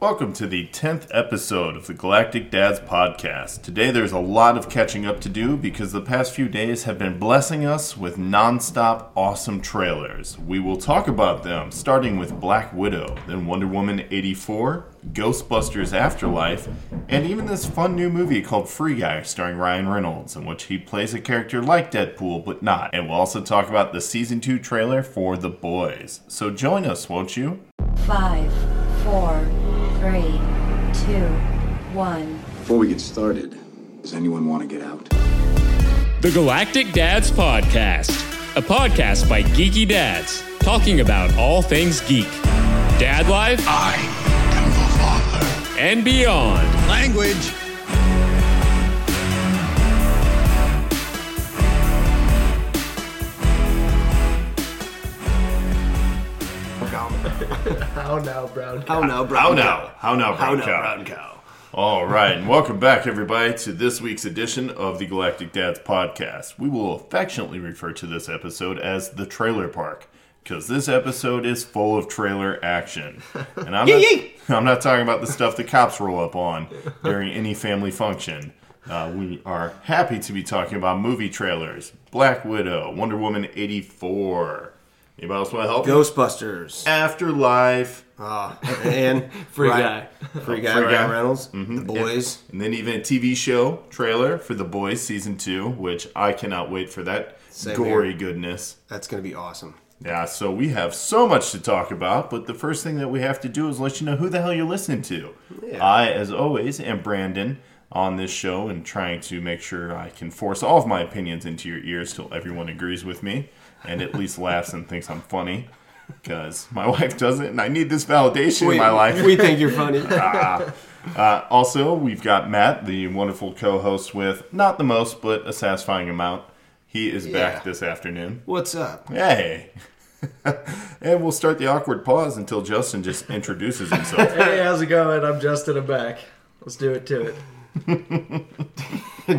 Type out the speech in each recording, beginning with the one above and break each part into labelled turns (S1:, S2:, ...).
S1: Welcome to the 10th episode of the Galactic Dads podcast. Today there's a lot of catching up to do because the past few days have been blessing us with nonstop awesome trailers. We will talk about them, starting with Black Widow, then Wonder Woman 84, Ghostbusters Afterlife, and even this fun new movie called Free Guy starring Ryan Reynolds, in which he plays a character like Deadpool but not. And we'll also talk about the season 2 trailer for The Boys. So join us, won't you?
S2: Five, four, three, two, one.
S3: Before we get started, does anyone want to get out?
S4: The Galactic Dads Podcast, a podcast by geeky dads talking about all things geek, dad life,
S5: I am the father.
S4: and beyond.
S5: Language.
S6: How now, Brown?
S7: How now, Brown?
S1: How now? How now, Brown
S7: How now,
S1: Cow?
S7: Brown Cow?
S1: All right, and welcome back, everybody, to this week's edition of the Galactic Dads podcast. We will affectionately refer to this episode as the Trailer Park because this episode is full of trailer action, and I'm not, I'm not talking about the stuff the cops roll up on during any family function. Uh, we are happy to be talking about movie trailers: Black Widow, Wonder Woman '84. Anybody else want to help?
S7: Ghostbusters.
S1: Afterlife.
S7: And
S6: Free Oh,
S7: Ryan- Free guy,
S1: Free
S7: Ryan
S1: Guy.
S7: Reynolds.
S6: Mm-hmm.
S7: The boys.
S1: And then even a TV show trailer for The Boys season two, which I cannot wait for that
S7: Same
S1: gory goodness.
S7: That's going to be awesome.
S1: Yeah, so we have so much to talk about, but the first thing that we have to do is let you know who the hell you're listening to. I, as always, am Brandon on this show and trying to make sure I can force all of my opinions into your ears till everyone agrees with me and at least laughs and thinks I'm funny. Because my wife doesn't, and I need this validation in my life.
S7: We think you're funny.
S1: Uh, also, we've got Matt, the wonderful co-host with not the most, but a satisfying amount. He is
S7: Yeah.
S1: back this afternoon.
S7: What's up?
S1: Hey. and we'll start the awkward pause until Justin just introduces himself.
S6: Hey, how's it going? I'm Justin. I'm back. Let's do it to it.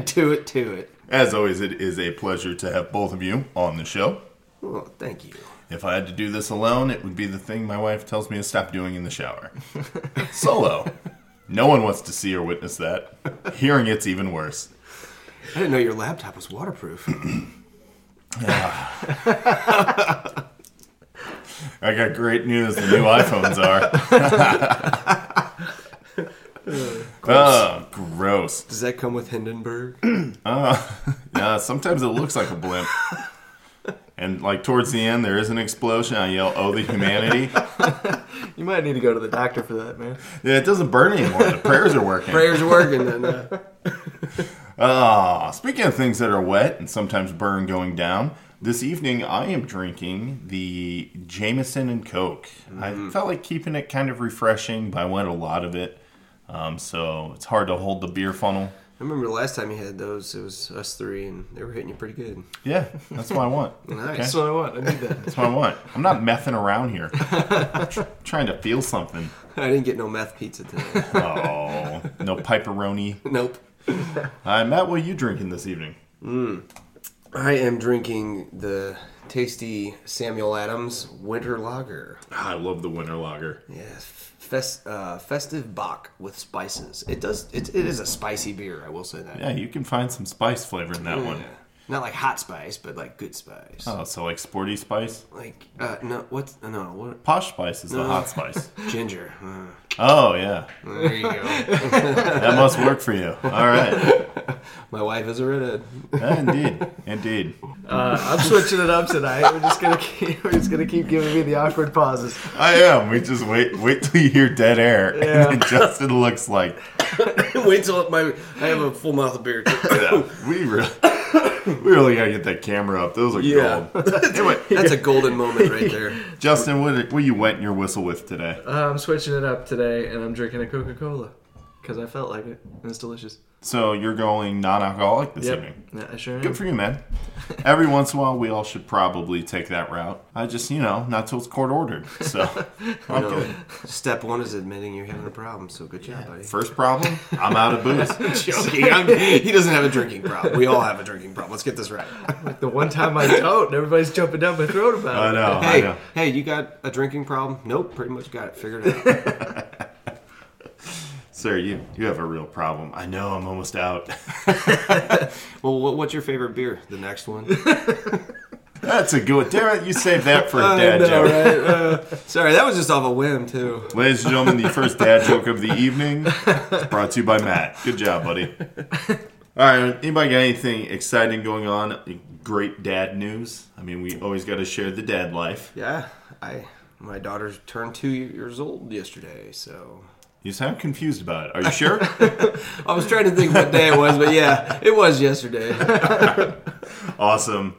S7: to it, to it.
S1: As always, it is a pleasure to have both of you on the show.
S7: Oh, thank you.
S1: If I had to do this alone, it would be the thing my wife tells me to stop doing in the shower. Solo. No one wants to see or witness that. Hearing it's even worse.
S7: I didn't know your laptop was waterproof.
S1: I got great news. The new iPhones are. gross. Oh, gross.
S7: Does that come with Hindenburg?
S1: Yeah, sometimes it looks like a blimp. And like towards the end, there is an explosion. I yell, "Oh, the humanity!"
S6: You might need to go to the doctor for that, man.
S1: Yeah, it doesn't burn anymore. The prayers are working.
S7: Prayers are working. Then, uh,
S1: Ah, speaking of things that are wet and sometimes burn going down, this evening I am drinking the Jameson and Coke. I felt like keeping it kind of refreshing, but I wanted a lot of it, um, so it's hard to hold the beer funnel.
S7: I remember the last time you had those, it was us three, and they were hitting you pretty good.
S1: Yeah, that's what I want.
S7: Nice.
S6: That's what I want. I need that.
S1: That's what I want. I'm not messing around here. I'm tr- trying to feel something.
S7: I didn't get no meth pizza today.
S1: Oh, no piperoni.
S7: nope.
S1: Uh, Matt, what are you drinking this evening?
S7: I am drinking the tasty Samuel Adams Winter Lager.
S1: Ah, I love the winter lager.
S7: Yeah, fest, uh, festive Bach with spices. It does. It, it is a spicy beer. I will say that.
S1: Yeah, you can find some spice flavor in that one.
S7: Yeah. Not like hot spice, but like good spice.
S1: Oh, so like sporty spice?
S7: Like uh, no, what's no what
S1: Posh spice is the hot spice.
S7: ginger? Uh,
S1: Oh, yeah.
S7: there you go.
S1: That must work for you. All right.
S7: My wife is a redhead.
S1: Yeah, indeed. Indeed.
S6: Uh, I'm switching it up tonight. We're just gonna keep. We're just gonna keep giving me the awkward pauses.
S1: I am. We just wait wait till you hear dead air.
S6: Yeah.
S1: And then Justin looks like,
S7: Wait till my I have a full mouth of beer.
S1: yeah, we really, we really got to get that camera up. Those are
S7: Yeah.
S1: gold. Anyway,
S7: That's a golden moment right there.
S1: Justin, what, what you wetting your whistle with today?
S6: Uh, I'm switching it up today, and I'm drinking a Coca-Cola because I felt like it, and it's delicious.
S1: So you're going non-alcoholic this
S6: Yep.
S1: evening.
S6: Yeah, I sure am.
S1: Good for you, man. Every once in a while, we all should probably take that route. I just, you know, not till it's court ordered. So, I'm
S7: No.
S1: good.
S7: Step one is admitting you're having a problem. So good job, buddy.
S1: First problem, I'm out of booze.
S7: Joking. I'm- he doesn't have a drinking problem. We all have a drinking problem. Let's get this right.
S1: Oh,
S6: Like the one time I don't, and everybody's jumping down my throat
S1: I
S6: about it.
S1: know. I
S7: Hey,
S1: know.
S7: hey, you got a drinking problem? Nope. Pretty much got it figured out.
S1: Sir, you, you have a real problem. I know, I'm almost out.
S7: Well, what, what's your favorite beer? The next one.
S1: That's a good one. Damn it, you saved that for a
S7: I
S1: dad
S7: know,
S1: joke.
S7: right? Uh, sorry, that was just off a whim too.
S1: Ladies and gentlemen, the first dad joke of the evening is brought to you by Matt. Good job, buddy. All right, anybody got anything exciting going on? Great dad news. I mean, we always got to share the dad life.
S7: Yeah, I my daughter turned two years old yesterday, so
S1: You sound confused about it. Are you sure?
S7: I was trying to think what day it was, but yeah, it was yesterday.
S1: awesome.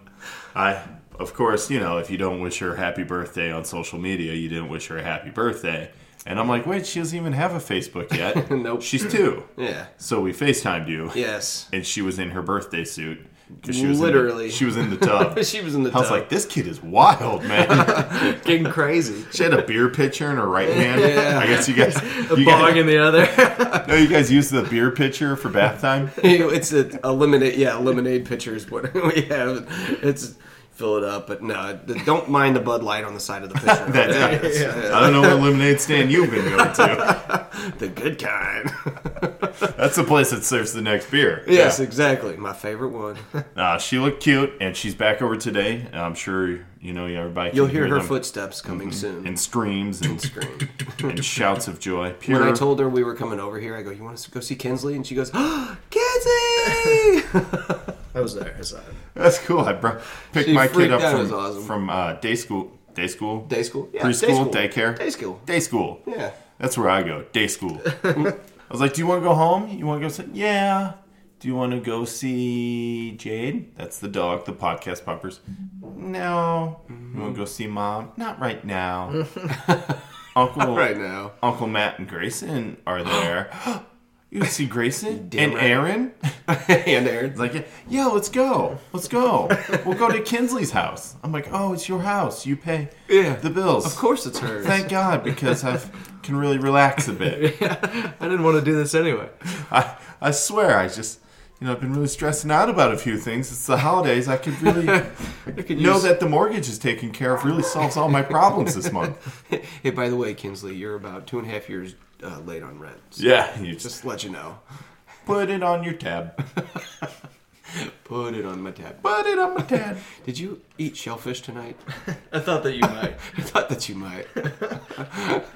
S1: I, of course, you know, if you don't wish her happy birthday on social media, you didn't wish her a happy birthday. And I'm like, wait, she doesn't even have a Facebook yet.
S7: Nope.
S1: She's two.
S7: Yeah.
S1: So we FaceTimed you.
S7: Yes.
S1: and she was in her birthday suit because she was in
S7: Literally.
S1: the, she was in the tub.
S7: She was in the
S1: I was
S7: tub.
S1: like, this kid is wild, man.
S6: Getting crazy.
S1: she had a beer pitcher in her right hand. I guess you guys, you
S6: Bong
S1: guys,
S6: in the other.
S1: no, you guys used the beer pitcher for bath time.
S7: it's a, a lemonade. Yeah, lemonade pitcher is what we have. It's fill it up, but no, don't mind the Bud Light on the side of the pitcher.
S1: That's it. I don't know what lemonade stand you've been going to.
S7: the good kind.
S1: That's the place that serves the next beer.
S7: yes, exactly. My favorite one.
S1: Uh, she looked cute, and she's back over today. and I'm sure you know everybody.
S7: You'll
S1: can
S7: hear her
S1: them
S7: footsteps coming soon.
S1: and screams Mm-hmm. and,
S7: Scream.
S1: and shouts of joy. Pure
S7: When I told her we were coming over here, I go, "You want us to go see Kinsley?" And she goes, oh, "Kinsley!"
S6: I was there. I saw it.
S1: That's cool. I brought, picked
S7: She
S1: my kid
S7: freaked
S1: up
S7: out. It
S1: from,
S7: was awesome.
S1: from uh, day school. Day school?
S7: Day school? Yeah,
S1: Preschool?
S7: day school.
S1: Daycare?
S7: Day school.
S1: Day school.
S7: yeah,
S1: That's where I go. Day school. I was like, do you want to go home? You want to go see? Yeah. Do you want to go see Jade? That's the dog, the podcast poppers. No. You want to go see mom? Not right now. Uncle
S7: right now.
S1: Uncle Matt and Grayson are there. you see Grayson
S7: Damn
S1: and
S7: right.
S1: Aaron?
S7: and Aaron.
S1: It's like, yeah, let's go. Let's go. We'll go to Kinsley's house. I'm like, oh, it's your house. You pay
S7: Yeah.
S1: the bills.
S7: Of course, it's hers.
S1: Thank God, because I can really relax a bit.
S6: I didn't want to do this anyway.
S1: I, I swear, I just, you know, I've been really stressing out about a few things. It's the holidays. I could really
S7: I could
S1: know
S7: use-
S1: that the mortgage is taken care of really solves all my problems this month.
S7: Hey, by the way, Kinsley, you're about two and a half years uh, late on rent. So
S1: Yeah, you just
S7: Just to let you know.
S1: put it on your tab.
S7: Put it on my tab.
S1: Put it on my tab.
S7: Did you eat shellfish tonight?
S6: I thought that you might.
S7: I thought that you might. that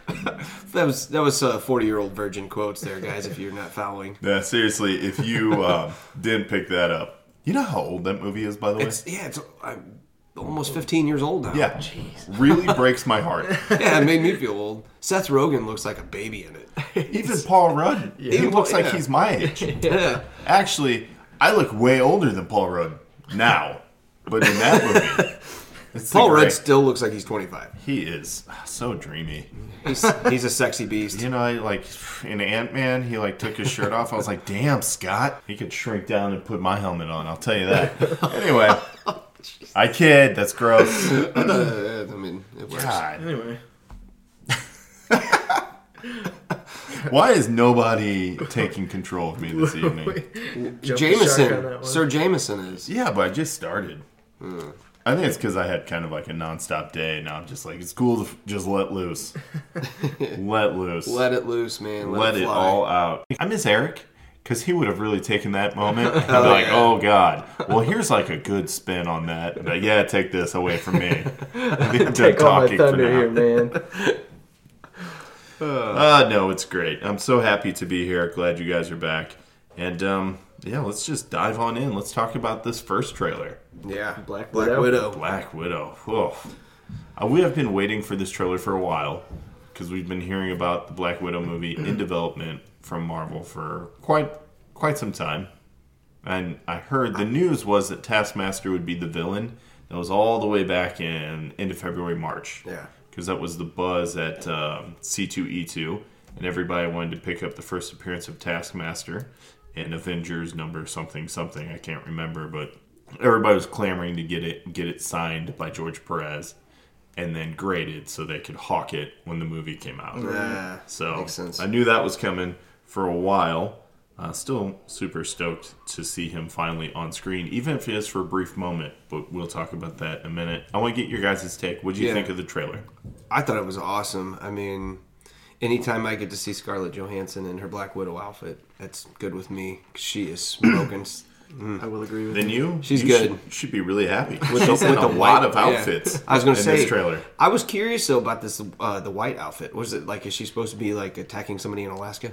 S7: was that was uh, forty year old virgin quotes there, guys. If you're not following,
S1: Yeah, seriously, if you uh, didn't pick that up, you know how old that movie is, by the way?
S7: it's Oh, yeah, it's I'm almost fifteen years old now.
S1: Yeah. Really breaks my heart.
S7: yeah, it made me feel old. Seth Rogen looks like a baby in it.
S1: Even Paul Rudd. He
S7: Even
S1: looks
S7: Paul-
S1: like
S7: yeah.
S1: he's my age.
S7: yeah.
S1: Actually, I look way older than Paul Rudd now. But in that movie, it's the
S7: Paul
S1: great-
S7: Rudd still looks like he's 25.
S1: He is so dreamy.
S7: He's, he's a sexy beast.
S1: You know, I, like in Ant Man, he like took his shirt off. I was like, "Damn, Scott, he could shrink down and put my helmet on." I'll tell you that. Anyway, I kid. That's gross.
S7: Uh, I mean, it works.
S1: God.
S6: Anyway.
S1: Why is nobody taking control of me this evening?
S6: Jump the shark on that
S7: Jameson,
S6: one.
S7: Sir Jameson is.
S1: Yeah, but I just started. I think it's because I had kind of like a nonstop day. Now I'm just like, it's cool to f- just let loose. let loose.
S7: Let it loose, man. Let,
S1: Let
S7: it,
S1: it
S7: fly.
S1: all out. I miss Eric because he would have really taken that moment and be
S7: Oh,
S1: like,
S7: yeah.
S1: oh, God. Well, here's like a good spin on that. But yeah, take this away from me.
S6: Take all my thunder here, man.
S1: Uh, no, it's great. I'm so happy to be here. Glad you guys are back. And um, yeah, let's just dive on in. Let's talk about this first trailer.
S7: Yeah. Black,
S6: Widow.
S7: Widow.
S1: Black Widow. Whoa. Uh, we have been waiting for this trailer for a while because we've been hearing about the Black Widow movie in development from Marvel for quite quite some time. And I heard the news was that Taskmaster would be the villain. That was all the way back in end of February, March.
S7: Yeah.
S1: Because that was the buzz at um, C2E2, and everybody wanted to pick up the first appearance of Taskmaster in Avengers number something something. I can't remember, but everybody was clamoring to get it get it signed by George Perez, and then graded so they could hawk it when the movie came out.
S7: Yeah.
S1: So
S7: Makes sense.
S1: I knew that was coming for a while. Uh, still super stoked to see him finally on screen, even if it is for a brief moment. But we'll talk about that in a minute. I want to get your guys' take. What do you
S7: Yeah.
S1: think of the trailer?
S7: I thought it was awesome. I mean, anytime I get to see Scarlett Johansson in her Black Widow outfit, that's good with me. She is smoking s-
S6: I will agree with
S1: Then you,
S7: She's
S1: you
S7: good.
S1: Should, should be really happy.
S7: with
S1: She's
S7: the,
S1: in
S7: with
S1: a
S7: the
S1: lot
S7: white-
S1: of outfits.
S7: yeah. I was gonna
S1: in
S7: say
S1: this trailer.
S7: I was curious though about this uh, the white outfit. Was it like is she supposed to be like attacking somebody in Alaska?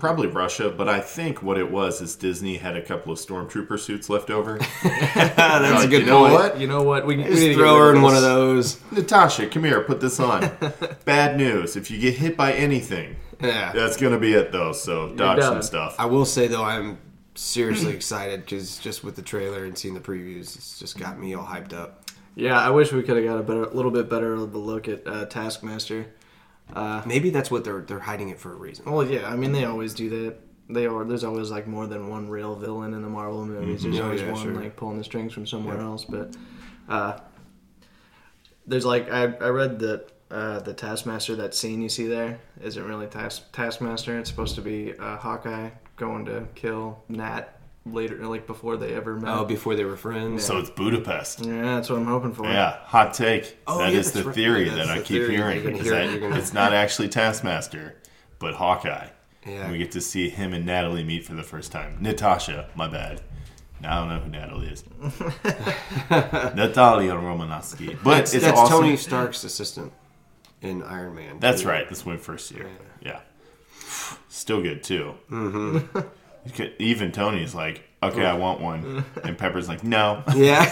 S1: Probably Russia, but I think what it was is Disney had a couple of stormtrooper suits left over.
S7: Ah, That's
S1: Like,
S7: a good
S1: you know
S7: point.
S1: what?
S6: You know what? We, we need to
S7: Just
S6: get
S7: throw
S6: rid
S7: her in
S6: this.
S7: one of those.
S1: Natasha, come here, put this on. Bad news. If you get hit by anything,
S7: Yeah.
S1: that's going to be it, though, so dodge
S6: done.
S1: some stuff.
S7: I will say though, I'm seriously excited because just with the trailer and seeing the previews, it's just got me all hyped up.
S6: Yeah, I wish we could have got a better, a little bit better of a look at uh, Taskmaster.
S7: Maybe that's what they're they're hiding it for a reason.
S6: Well, yeah, I mean they always do that. They are. There's always like more than one real villain in the Marvel movies. There's
S7: Oh,
S6: always
S7: yeah,
S6: one
S7: sure.
S6: like pulling the strings from somewhere else. But uh, there's like I, I read that uh, the Taskmaster that scene you see there isn't really task, Taskmaster. It's supposed to be uh, Hawkeye going to kill Nat later, like before they ever met.
S7: Oh, before they were friends.
S1: so it's Budapest. Yeah,
S6: yeah, that's what I'm hoping for.
S1: hot take.
S7: Mm. Oh,
S1: that
S7: yeah,
S1: is the
S7: that's right.
S1: theory
S7: Yeah,
S1: that
S7: that's
S1: I
S7: the
S1: keep
S7: theory.
S1: hearing.
S7: You're gonna
S1: is
S7: hear it.
S1: that
S7: You're gonna-
S1: It's not actually Taskmaster, but Hawkeye.
S7: Yeah.
S1: We get to see him and Natalie meet for the first time. Natasha, my bad. Now I don't know who Natalie is. Natalia Romanovsky. But
S7: that's,
S1: it's
S7: that's
S1: awesome.
S7: Tony Stark's assistant in Iron Man.
S1: That's right. This went first year. Yeah. Still good too. Mm-hmm. Even Tony's like, okay, I want one, and Pepper's like, no.
S7: Yeah.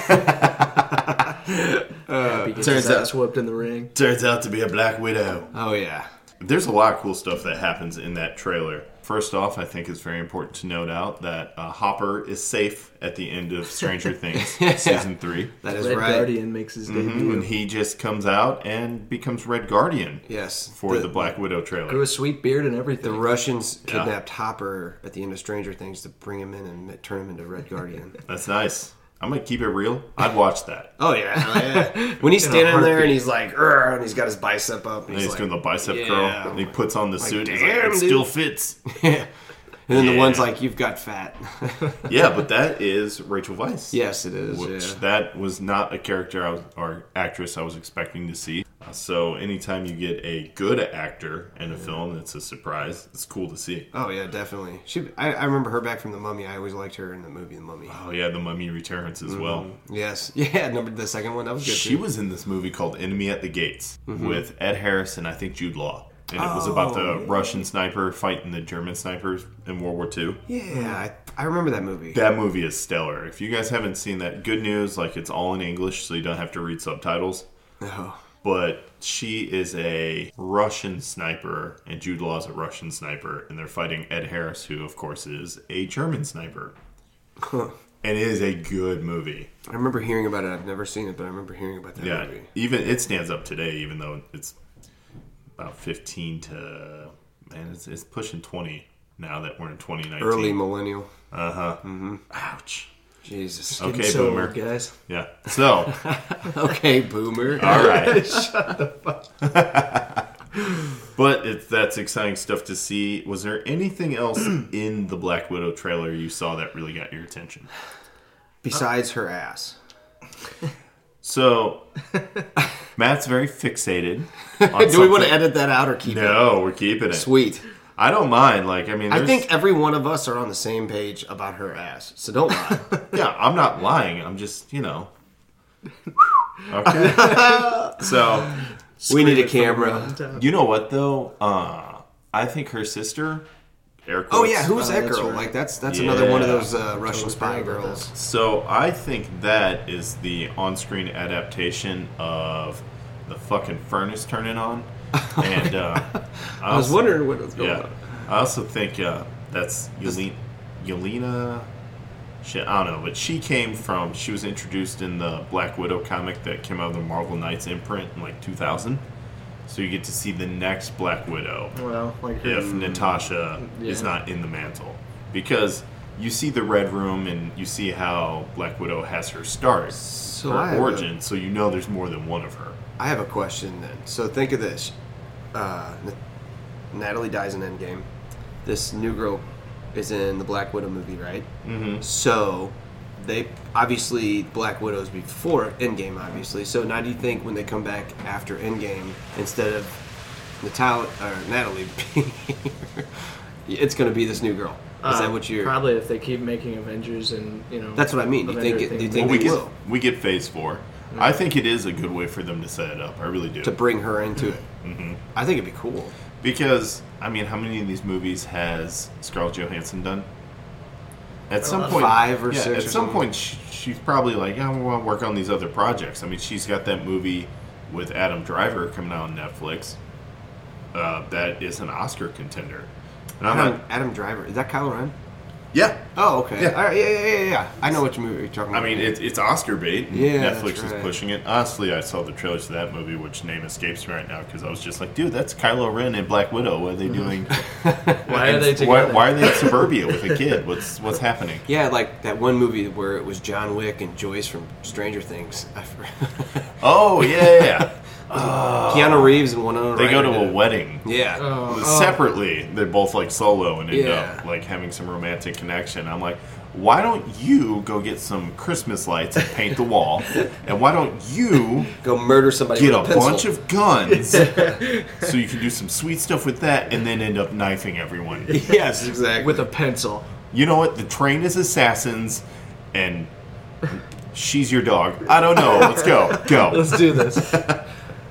S6: He
S1: Turns
S6: gets his ass
S1: out-
S6: whooped in the ring.
S1: Turns out to be a Black Widow.
S7: oh yeah.
S1: There's a lot of cool stuff that happens in that trailer. First off, I think it's very important to note out that uh, Hopper is safe at the end of Stranger Things season three.
S7: That is
S6: Red
S7: right. Mm-hmm.
S6: Guardian makes his debut.
S1: When he just comes out and becomes Red Guardian
S7: Yes.
S1: for the, Black Widow trailer.
S6: Grew a sweet beard and everything.
S7: The Russians kidnapped Hopper at the end of Stranger Things to bring him in and ma- turn him into Red Guardian.
S1: That's nice. I'm gonna keep it real. I'd watch that.
S7: oh yeah, hell yeah. When he's standing there and he's like, "Urgh," and he's got his bicep up, and
S1: And
S7: he's,
S1: he's
S7: like,
S1: doing the bicep
S7: yeah.
S1: curl. And he puts on the suit. and he's like,
S7: damn,
S1: it
S7: dude."
S1: still fits.
S7: and then the
S1: Yeah.
S7: one's like, "You've got fat."
S1: yeah, but that is Rachel Weisz.
S7: yes, it is.
S1: Which
S7: yeah.
S1: that was not a character I was, or actress I was expecting to see. Uh, So anytime you get a good actor in a film, it's a surprise. It's cool to see.
S7: Oh yeah, definitely. She, I, I remember her back from the Mummy. I always liked her in the movie The Mummy.
S1: Oh yeah, The Mummy returns as well.
S7: Yes, yeah, number the second one that was Mm-hmm. good.
S1: She
S7: too. Mm-hmm.
S1: was in this movie called Enemy at the Gates with Ed Harris and I think Jude Law. And it was about the
S7: Oh.
S1: Russian sniper fighting the German snipers in World War II.
S7: Yeah, I, I remember that movie.
S1: Mm. That movie is stellar. If you guys haven't seen that, good news, like it's all in English, so you don't have to read subtitles.
S7: No.
S1: But she is a Russian sniper, and Jude Law is a Russian sniper, and they're fighting Ed Harris, who, of course, is a German sniper. And it is a good movie.
S7: I remember hearing about it. I've never seen it, but I remember hearing about that
S1: Yeah,
S7: movie.
S1: even it stands up today, even though it's about 15 to, man, it's, it's pushing 20 now that we're in 2019.
S7: Early millennial.
S1: Ouch.
S7: Jesus.
S1: Okay,
S6: so old,
S1: boomer.
S6: guys.
S1: Yeah. So,
S7: Okay, boomer.
S1: All right. but it's that's exciting stuff to see. Was there anything else in the Black Widow trailer you saw that really got your attention?
S7: Besides her ass.
S1: So, Matt's very fixated.
S7: Do we want to edit that out or keep it?
S1: No, we're keeping it.
S7: Sweet.
S1: I don't mind. Like, I mean,
S7: I
S1: there's,
S7: think every one of us are on the same page about her ass, so don't lie.
S1: yeah, I'm not lying. I'm just, you know. Okay. so,
S7: we need a camera.
S1: you know what though? Uh, I think her sister. Eric.
S7: Oh yeah, who was that
S6: that's
S7: girl?
S6: right.
S7: Like that's that's another one of
S1: Yeah.
S7: those uh, Russian spy girls.
S1: So I think that is the on-screen adaptation of the fucking furnace turning on, and uh, I,
S7: I was wondering what was going
S1: Yeah,
S7: on.
S1: I also think uh, that's Yelena. Yelena. Shit, I don't know, but she came from. She was introduced in the Black Widow comic that came out of the Marvel Knights imprint in like 2000. So you get to see the next Black Widow
S6: Well, like her,
S1: if
S7: Mm.
S1: Natasha is
S6: Yeah.
S1: not in the mantle. Because you see the Red Room and you see how Black Widow has her start,
S7: So I
S1: her
S7: have a-
S1: origin, so you know there's more than one of her.
S7: I have a question then. So think of this: uh, N- Natalie dies in Endgame. This new girl is in the Black Widow movie, right? Mm-hmm. So they obviously Black Widow's before Endgame, obviously. So now do you think when they come back after Endgame, instead of Natal- or Natalie being here, it's going to be this new girl. Is
S6: Uh,
S7: that what you're?
S6: Probably if they keep making Avengers and you know.
S7: That's what I mean. You think it-
S6: thing.
S7: you
S1: Well,
S7: think
S1: we
S7: they
S1: get
S7: will.
S1: we get Phase Four. I think it is a good way for them to set it up. I really do.
S7: to bring her into it.
S6: Mm-hmm.
S7: I think it'd be cool.
S1: Because I mean, how many of these movies has Scarlett Johansson done? At some
S7: know.
S1: point,
S7: Five or
S1: yeah,
S7: six
S1: At
S7: or
S1: some
S7: something.
S1: point, sh she's probably like, "Yeah, well, I'll work on these other projects." I mean, she's got that movie with Adam Driver coming out on Netflix. Uh, that is an Oscar contender, and
S6: Uh-huh.
S1: I'm
S7: Adam,
S1: not.
S7: Adam Driver is that Kylo Ren?
S1: Yeah,
S7: Oh, okay.
S1: Yeah.
S7: All right, yeah, yeah, yeah, yeah. I know which movie you're talking
S1: I
S7: about.
S1: mean, it, it's Oscar bait. And
S7: Yeah,
S1: Netflix
S7: that's
S1: is
S7: right.
S1: pushing it. Honestly, I saw the trailers to that movie, which name escapes me right now, because I was just like, dude, that's Kylo Ren and Black Widow. What are they
S7: Mm-hmm.
S1: doing?
S6: Why are they
S1: why,
S6: together?
S1: why are they in suburbia with a kid? What's what's happening?
S7: yeah, like that one movie where it was John Wick and Joyce from Stranger Things. I for-
S1: Oh yeah, yeah.
S7: Keanu Reeves and one other.
S1: they go to a wedding. Uh,
S7: Yeah.
S6: Oh,
S1: Separately, they're both like solo and end
S7: Yeah.
S1: up like having some romantic connection. I'm like, why don't you go get some Christmas lights and paint the wall? and why don't you
S7: Go murder somebody.
S1: get a
S7: with a, pencil.
S1: bunch of guns so you can do some sweet stuff with that and then end up knifing everyone.
S7: Yes, exactly.
S6: with a pencil.
S1: You know what? The train is assassins and she's your dog. I don't know. Let's go. Go.
S6: Let's do this.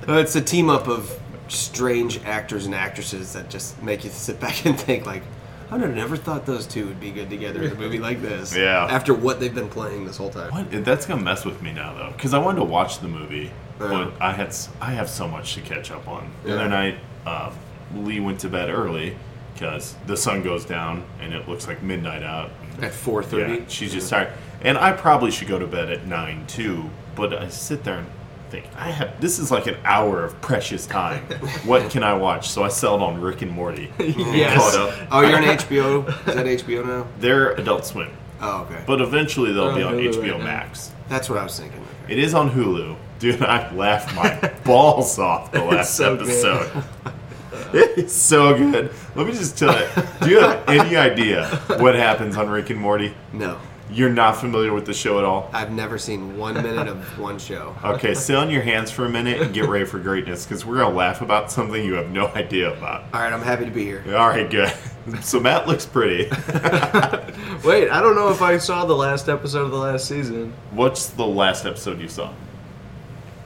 S7: Uh, it's a team up of strange actors and actresses that just make you sit back and think like, I would have never thought those two would be good together in a movie like this.
S1: Yeah.
S7: After what they've been playing this whole time.
S1: What? That's going to mess with me now, though, because I wanted to watch the movie,
S7: Yeah.
S1: but I had s- I have so much to catch up on. The
S7: Yeah.
S1: other night, uh, Lee went to bed early because the sun goes down and it looks like midnight out.
S7: At four
S1: Yeah,
S7: thirty.
S1: she's just tired. And I probably should go to bed at nine too, but I sit there and think, I have this is like an hour of precious time. what can I watch? So I settled on Rick and Morty. Caught
S6: yes.
S1: up.
S7: Oh, you're on HBO. Is that HBO now?
S1: They're Adult Swim,
S7: Oh, okay.
S1: but eventually they'll be
S6: They're on
S1: on
S6: Hulu
S1: HBO
S6: right now.
S1: Max.
S7: That's what I was thinking. Okay.
S1: It is on Hulu. Dude, I laughed my balls off the last
S6: so good.
S1: episode. it's so good. Let me just tell you. Do you have any idea what happens on Rick and Morty?
S7: No,
S1: You're not familiar with the show at all?
S7: I've never seen one minute of one show.
S1: Okay, sit on your hands for a minute and get ready for greatness because we're going to laugh about something you have no idea about.
S7: All right, I'm happy to be here.
S1: All right, good. So Matt looks pretty.
S6: Wait, I don't know if I saw the last episode of the last season.
S1: What's the last episode you saw?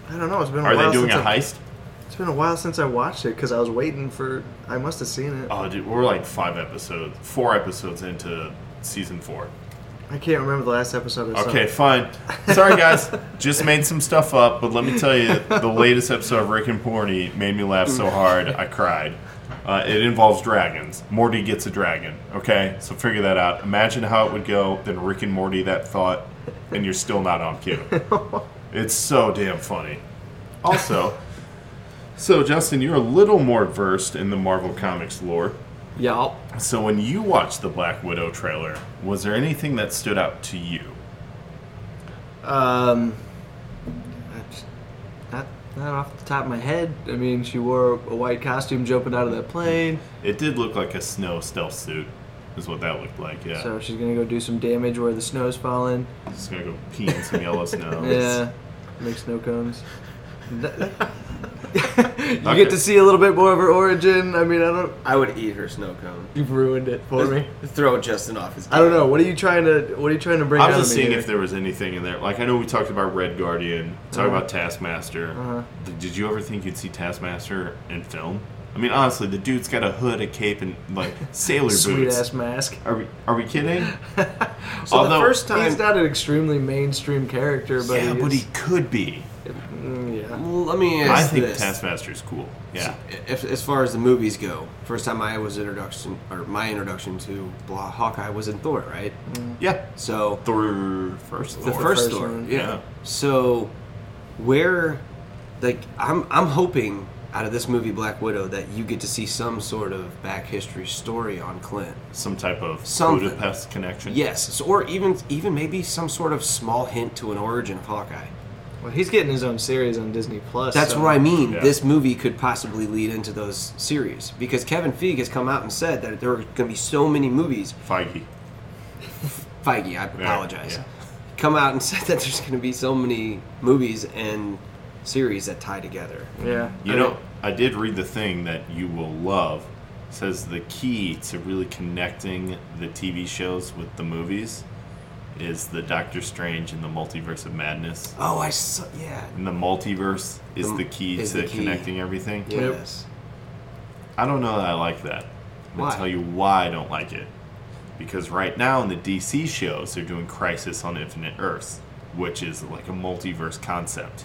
S6: I don't know. It's been a
S1: Are
S6: while
S1: they doing a
S6: since I-
S1: heist?
S6: It's been a while since I watched it because I was waiting for. I must have seen it.
S1: Oh, dude, we're like five episodes, four episodes into season four.
S6: I can't remember the last episode. I saw.
S1: Okay, fine. Sorry, guys. Just made some stuff up, but let me tell you, the latest episode of Rick and Morty made me laugh so hard I cried. Uh, it involves dragons. Morty gets a dragon. Okay, so figure that out. Imagine how it would go. Then Rick and Morty that thought, and you're still not on cue. It's so damn funny. Also, so Justin, you're a little more versed in the Marvel Comics lore.
S6: Y'all.
S1: So when you watched the Black Widow trailer, was there anything that stood out to you?
S6: Um, that's- not not off the top of my head. I mean, she wore a white costume jumping out of that plane,
S1: It did look like a snow stealth suit, is what that looked like. Yeah,
S6: so she's gonna go do some damage where the snow's falling.
S1: it's gonna go pee in some yellow snow.
S6: Yeah, make snow cones. That- that- you
S1: Okay.
S6: get to see a little bit more of her origin. I mean, I don't.
S7: I would eat her snow cone.
S6: You've ruined it for me.
S7: Throw Justin off his.
S6: I don't know. What are you trying to? What are you trying to bring?
S1: I
S6: out
S1: was
S6: of
S1: just
S6: me
S1: seeing
S6: here?
S1: if there was anything in there. Like I know we talked about Red Guardian, talked
S6: Uh-huh.
S1: about Taskmaster. Th- Did you ever think you'd see Taskmaster in film? I mean, honestly, the dude's got a hood, a cape, and like sailor
S6: sweet
S1: boots.
S6: ass mask.
S1: Are we are we kidding?
S6: So
S1: Although,
S6: the first time
S7: time-
S6: he's not an extremely mainstream character, but
S1: yeah,
S6: he
S1: but
S6: is-
S1: he could be.
S6: Mm, yeah.
S7: Well, let me ask
S1: I think
S7: this.
S1: Taskmaster's cool. Yeah,
S7: If, as far as the movies go, first time I was introduction or my introduction to blah, Hawkeye was in Thor, right?
S6: Mm.
S1: yeah.
S7: So
S1: Thor first.
S7: the
S1: Thor.
S7: first
S6: first
S7: Thor,
S6: one.
S7: yeah.
S1: Yeah.
S7: So where, like, I'm I'm hoping out of this movie Black Widow that you get to see some sort of back history story on Clint.
S1: some type of
S7: Something.
S1: Budapest connection.
S7: Yes, so, or even even maybe some sort of small hint to an origin of Hawkeye.
S6: Well, he's getting his own series on Disney Plus.
S7: That's
S6: so-
S7: what I mean.
S1: Yeah.
S7: This movie could possibly lead into those series because Kevin Feige has come out and said that there are going to be so many movies.
S1: Feige.
S7: Feige, I apologize.
S1: yeah.
S7: Come out and said that there's going to be so many movies and series that tie together.
S6: Yeah.
S1: You
S6: I
S1: know,
S6: mean,
S1: I did read the thing that you will love. It says the key to really connecting the TV shows with the movies is the Doctor Strange and the Multiverse of Madness.
S7: Oh, I saw. Yeah.
S1: And the multiverse is
S7: The-
S1: the, key
S7: is
S1: to
S7: the key.
S1: connecting everything.
S7: Yes.
S1: I don't know that I like that. I'm
S7: Why?
S1: gonna tell you why I don't like it. Because right now in the DC shows, they're doing Crisis on Infinite Earths, which is like a multiverse concept.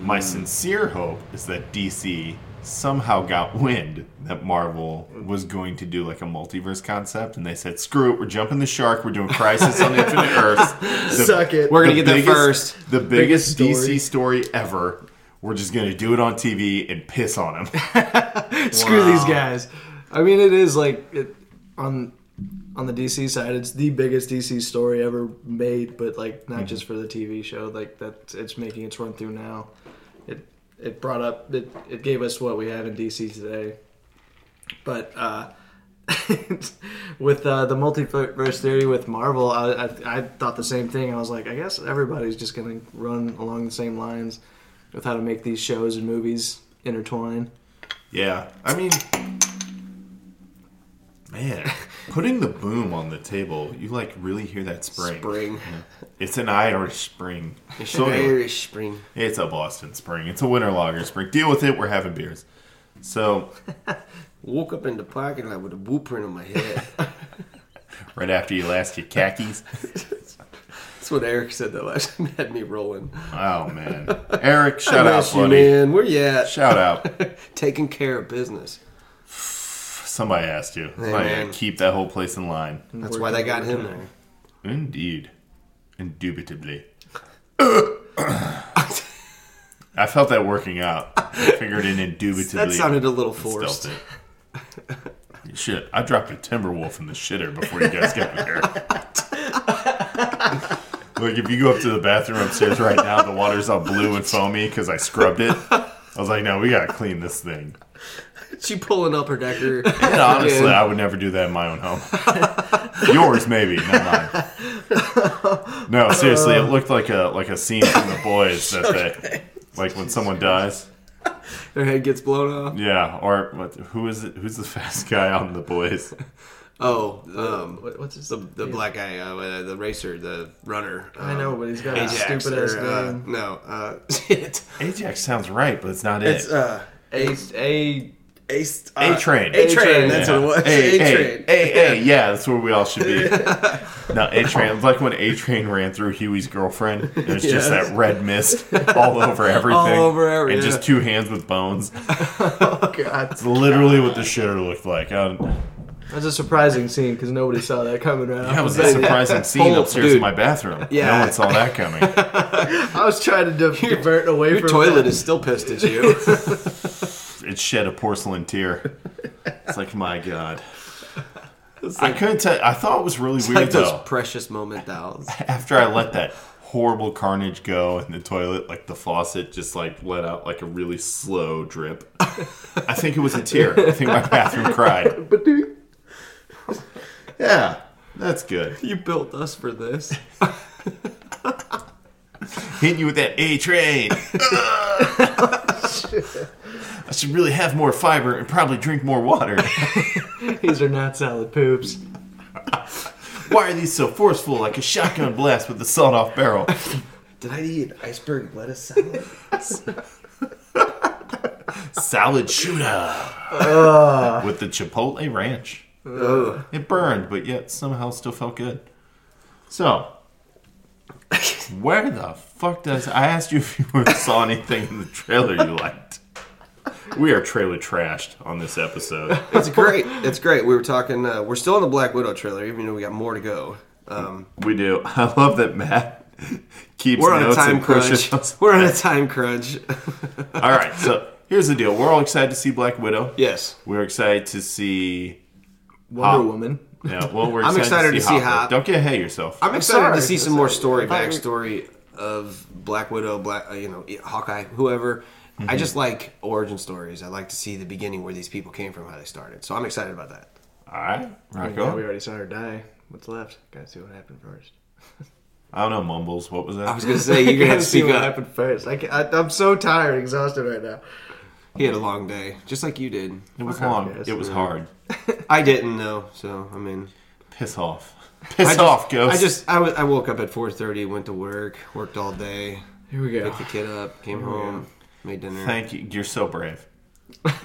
S1: My sincere hope is that DC somehow got wind that Marvel was going to do like a multiverse concept, and they said, "Screw it, we're jumping the shark. We're doing Crisis on Infinite Earths. The-
S6: Suck it.
S7: We're gonna
S1: the
S7: get there
S1: biggest-
S7: first.
S1: The biggest,
S6: Biggest
S1: DC story ever. We're just gonna do it on TV and piss on them."
S6: Screw these guys. I mean, it is like it, on on the DC side, it's the biggest DC story ever made, but like not just for the TV show. Like that, it's making its run through now. It it brought up it it gave us what we have in DC today, but. uh with uh, the multiverse theory with Marvel, I, I, I thought the same thing. I was like, I guess everybody's just gonna run along the same lines with how to make these shows and movies intertwine.
S1: Yeah, I mean, man, putting the boom on the table, you like really hear that spring.
S7: Spring.
S1: It's an Irish spring. So anyway,
S7: Irish spring.
S1: it's a Boston spring. It's a winter lager spring. Deal with it. We're having beers. So
S7: Woke up in the parking lot with a blueprint on my head.
S1: right after you last your khakis.
S7: That's what Eric said that last time. Had me rolling.
S1: Oh man, Eric, shout out,
S7: Bless you,
S1: buddy.
S7: man. Where you at?
S1: Shout out.
S7: Taking care of business.
S1: Somebody asked you. Somebody
S7: man.
S1: keep that whole place in line.
S7: That's why they got him there.
S1: Indeed. Indubitably. I felt that working out. I figured in indubitably.
S7: That sounded a little
S1: and
S7: forced.
S1: stealthy. Shit, I dropped a timber wolf in the shitter before you guys got here. Like, if you go up to the bathroom upstairs right now, the water's all blue and foamy because I scrubbed it. I was like, no, we gotta clean this thing.
S7: She pulling up her decker.
S1: And honestly,
S7: Again.
S1: I would never do that in my own home. Yours, maybe, not mine. No, seriously, it looked like a like a scene from the boys that they, like when someone dies.
S7: Her head gets blown off.
S1: Yeah, or what, who is it? Who's the fast guy on the boys?
S7: Oh, um,
S6: What, what's his
S7: the the black guy, uh, uh, the racer, the runner. um,
S6: I know, but he's got a
S7: Ajax
S6: stupid ass
S7: or, uh,
S6: name.
S7: no, uh, it's
S1: Ajax sounds right, but it's not it.
S7: it's uh,
S6: A, a
S7: Ace
S1: A
S7: uh,
S1: train.
S7: A train. That's
S1: yeah.
S7: what it was.
S1: A
S7: A
S1: A
S7: train.
S1: A A. Yeah, that's where we all should be. Now A train. It's like when A train ran through Huey's girlfriend, and it's just
S7: Yes.
S1: that red mist all over everything,
S7: over every-
S1: and just
S7: yeah. Oh,
S1: two hands with bones.
S6: God.
S1: It's literally what the shitter looked like. I,
S6: That's a surprising scene because nobody saw that coming. Right
S1: that was a surprising scene
S7: Full-
S1: upstairs in
S7: dude.
S1: my bathroom. no
S7: Yeah.
S1: one saw that coming.
S6: I was trying to di- divert away
S7: Your
S6: from
S7: toilet
S6: that.
S7: is still pissed at you.
S1: It shed a porcelain tear. It's like my god. I couldn't tell. I thought it was really weird
S7: like those
S1: though.
S7: precious moment dolls.
S1: after I let that horrible carnage go in the toilet, like the faucet just like let out like a really slow drip. I think it was a tear. I think my bathroom cried.
S6: But dude,
S1: Yeah, that's good.
S7: You built us for this.
S1: Hitting you with that A train. I should really have more fiber and probably drink more water.
S6: these are not salad poops.
S1: Why are these so forceful, like a shotgun blast with the sawed-off barrel?
S7: Did I eat iceberg lettuce salad?
S1: Salad shooter with the Chipotle ranch. It burned, but yet somehow still felt good. So, where the fuck does I asked you if you were- saw anything in the trailer you liked? We are trailer trashed on this episode.
S7: it's great. It's great. We were talking. Uh, we're still in the Black Widow trailer, even though we got more to go. Um,
S1: We do. I love that Matt keeps
S7: we're on a
S1: notes
S7: time
S1: and pushes
S7: crunch.
S1: us.
S7: We're on a time crunch.
S1: All right, so here's the deal. We're all excited to see Black Widow.
S7: yes.
S1: We're excited to see.
S6: Wonder
S1: Hot.
S6: Woman.
S1: Yeah, well, we're
S7: I'm
S1: excited, to see,
S7: Hop.
S1: Hop. Don't get ahead of yourself.
S7: I'm excited
S6: sorry.
S7: to see some more story,
S6: thought we-
S7: backstory of Black Widow, Black, uh, you know, Hawkeye, whoever. I just like origin stories. I like to see the beginning where these people came from, how they started. So I'm excited about that.
S1: All right, Rocco.
S6: Yeah, we already saw her die. What's left? Gotta see what happened first.
S1: I don't know, Mumbles. What was that?
S7: I was gonna say you're gonna have
S6: Gotta
S7: to
S6: see
S7: speak
S6: what
S7: up.
S6: happened first. I, ca- I, I'm so tired, exhausted right now.
S7: He had a long day, just like you did.
S1: It was
S6: Okay,
S1: long.
S6: yes.
S1: It was hard.
S7: I didn't though, so I mean,
S1: Piss off. Piss
S7: I just,
S1: off, ghost.
S7: I just I, wa- I woke up at four thirty, went to work, worked all day,
S6: Here we go.
S7: picked the kid up, came home, made dinner.
S1: Thank you. You're so brave.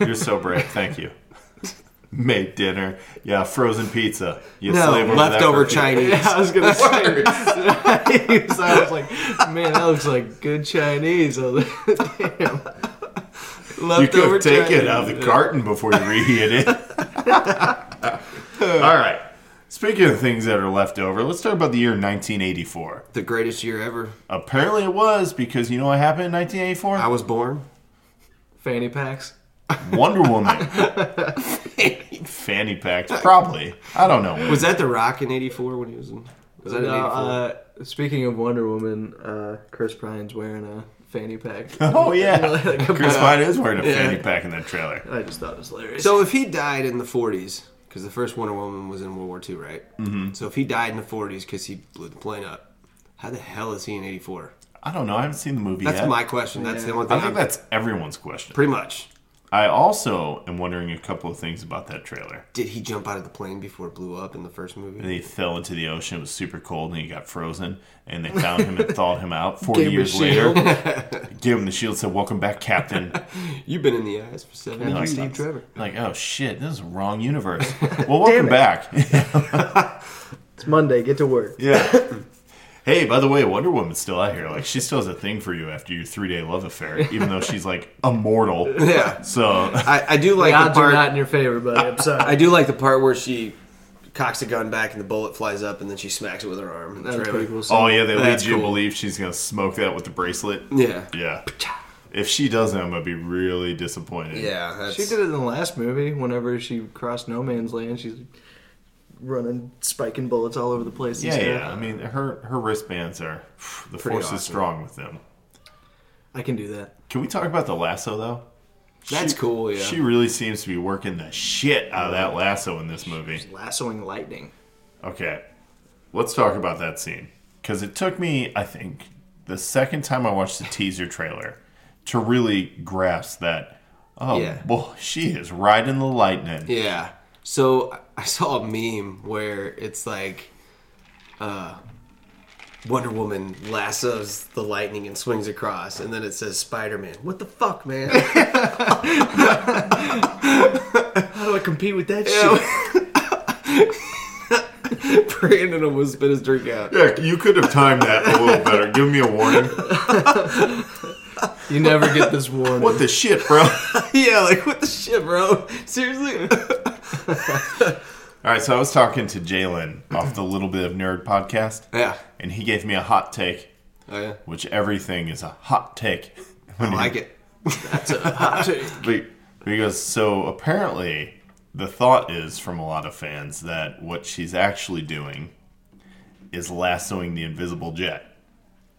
S1: You're so brave. Thank you. Made dinner. Yeah, frozen pizza. You
S7: no
S1: slave over that
S7: leftover
S1: for-
S7: Chinese.
S6: I was gonna say. I was like, man, that looks like good Chinese. I was like, Damn.
S1: You
S7: Leftover
S1: could take
S7: Chinese.
S1: it out of the carton before you reheat it. All right. Speaking of things that are left over, let's talk about the year 1984.
S7: The greatest year ever.
S1: Apparently, it was because you know what happened in 1984?
S7: I was born.
S6: Fanny packs.
S1: Wonder Woman. Fanny packs, probably. I don't know.
S7: Was that The Rock in '84 when he was in? Was that in
S6: No,
S7: '84?
S6: uh, speaking of Wonder Woman, uh, Chris Pine's wearing a fanny pack.
S1: oh yeah,
S6: Like a-
S1: Chris Pine is wearing a
S6: Yeah.
S1: fanny pack in that trailer.
S6: I just thought it was hilarious.
S7: So if he died in the 40s, because the first Wonder Woman was in World War II, right? Mm-hmm. So if he died in the 40s because he blew the plane up, how the hell is he in 84?
S1: I don't know. I haven't seen the movie
S7: That's
S1: yet.
S7: my question. That's the
S6: Yeah.
S7: one thing.
S1: I
S7: I
S1: think that's everyone's question.
S7: pretty much.
S1: I also am wondering a couple of things about that trailer.
S7: Did he jump out of the plane before it blew up in the first movie?
S1: They fell into the ocean. It was super cold, and he got frozen. And they found him and thawed him out. Forty
S6: Gave him a
S1: years later,
S6: shield.
S1: gave him the shield. Said, "Welcome back, Captain."
S7: You've been in the eyes for seven
S1: Like,
S7: years, Steve Trevor.
S1: Like, oh shit, this is the wrong universe. Well, welcome back.
S6: it's Monday. Get to work.
S1: Yeah. Hey, by the way, Wonder Woman's still out here. Like, she still has a thing for you after your three day love affair, even though she's like immortal.
S7: Yeah.
S1: So,
S7: I, I do like
S6: The
S7: the
S6: odds are
S7: part.
S6: not in your favor, buddy. I'm sorry.
S7: I do like the part where she cocks the gun back and the bullet flies up and then she smacks it with her arm. in the
S6: That was
S7: trailer.
S6: pretty cool.
S1: oh yeah, they lead
S7: That's
S1: you to
S7: cool.
S1: believe she's gonna smoke that with the bracelet.
S7: Yeah.
S1: Yeah. If she doesn't, I'm gonna be really disappointed.
S7: Yeah. That's,
S6: She did it in the last movie. Whenever she crossed no man's land, she's running, spiking bullets all over the place. And
S1: Yeah,
S6: stuff.
S1: yeah. I mean, her her wristbands are the force
S7: awesome.
S1: is strong with them.
S6: I can do that.
S1: Can we talk about the lasso though?
S7: That's
S1: She-
S7: cool. Yeah.
S1: She really seems to be working the shit out of that lasso in this movie.
S6: Lassoing lightning.
S1: Okay, let's talk about that scene because it took me, I think, the second time I watched the teaser trailer to really grasp that. Oh,
S7: Yeah.
S1: well, she is riding the lightning.
S7: Yeah. So I- I saw a meme where it's like uh, Wonder Woman lassos the lightning and swings across, and then it says Spider Man. What the fuck, man?
S6: How do I compete with that shit?
S7: Brandon almost spit his drink out.
S1: Yeah, you could have timed that a little better. Give me a warning.
S6: You never get this warning.
S1: What the shit, bro? All
S7: yeah, like what the shit, bro? Seriously?
S1: right, so I was talking to Jalen off the Little Bit of Nerd podcast,
S7: yeah.
S1: and he gave me a hot take,
S7: Oh yeah.
S1: which everything is a hot take.
S7: I like it.
S1: Be- Because so apparently, the thought is from a lot of fans that what she's actually doing is lassoing the invisible jet,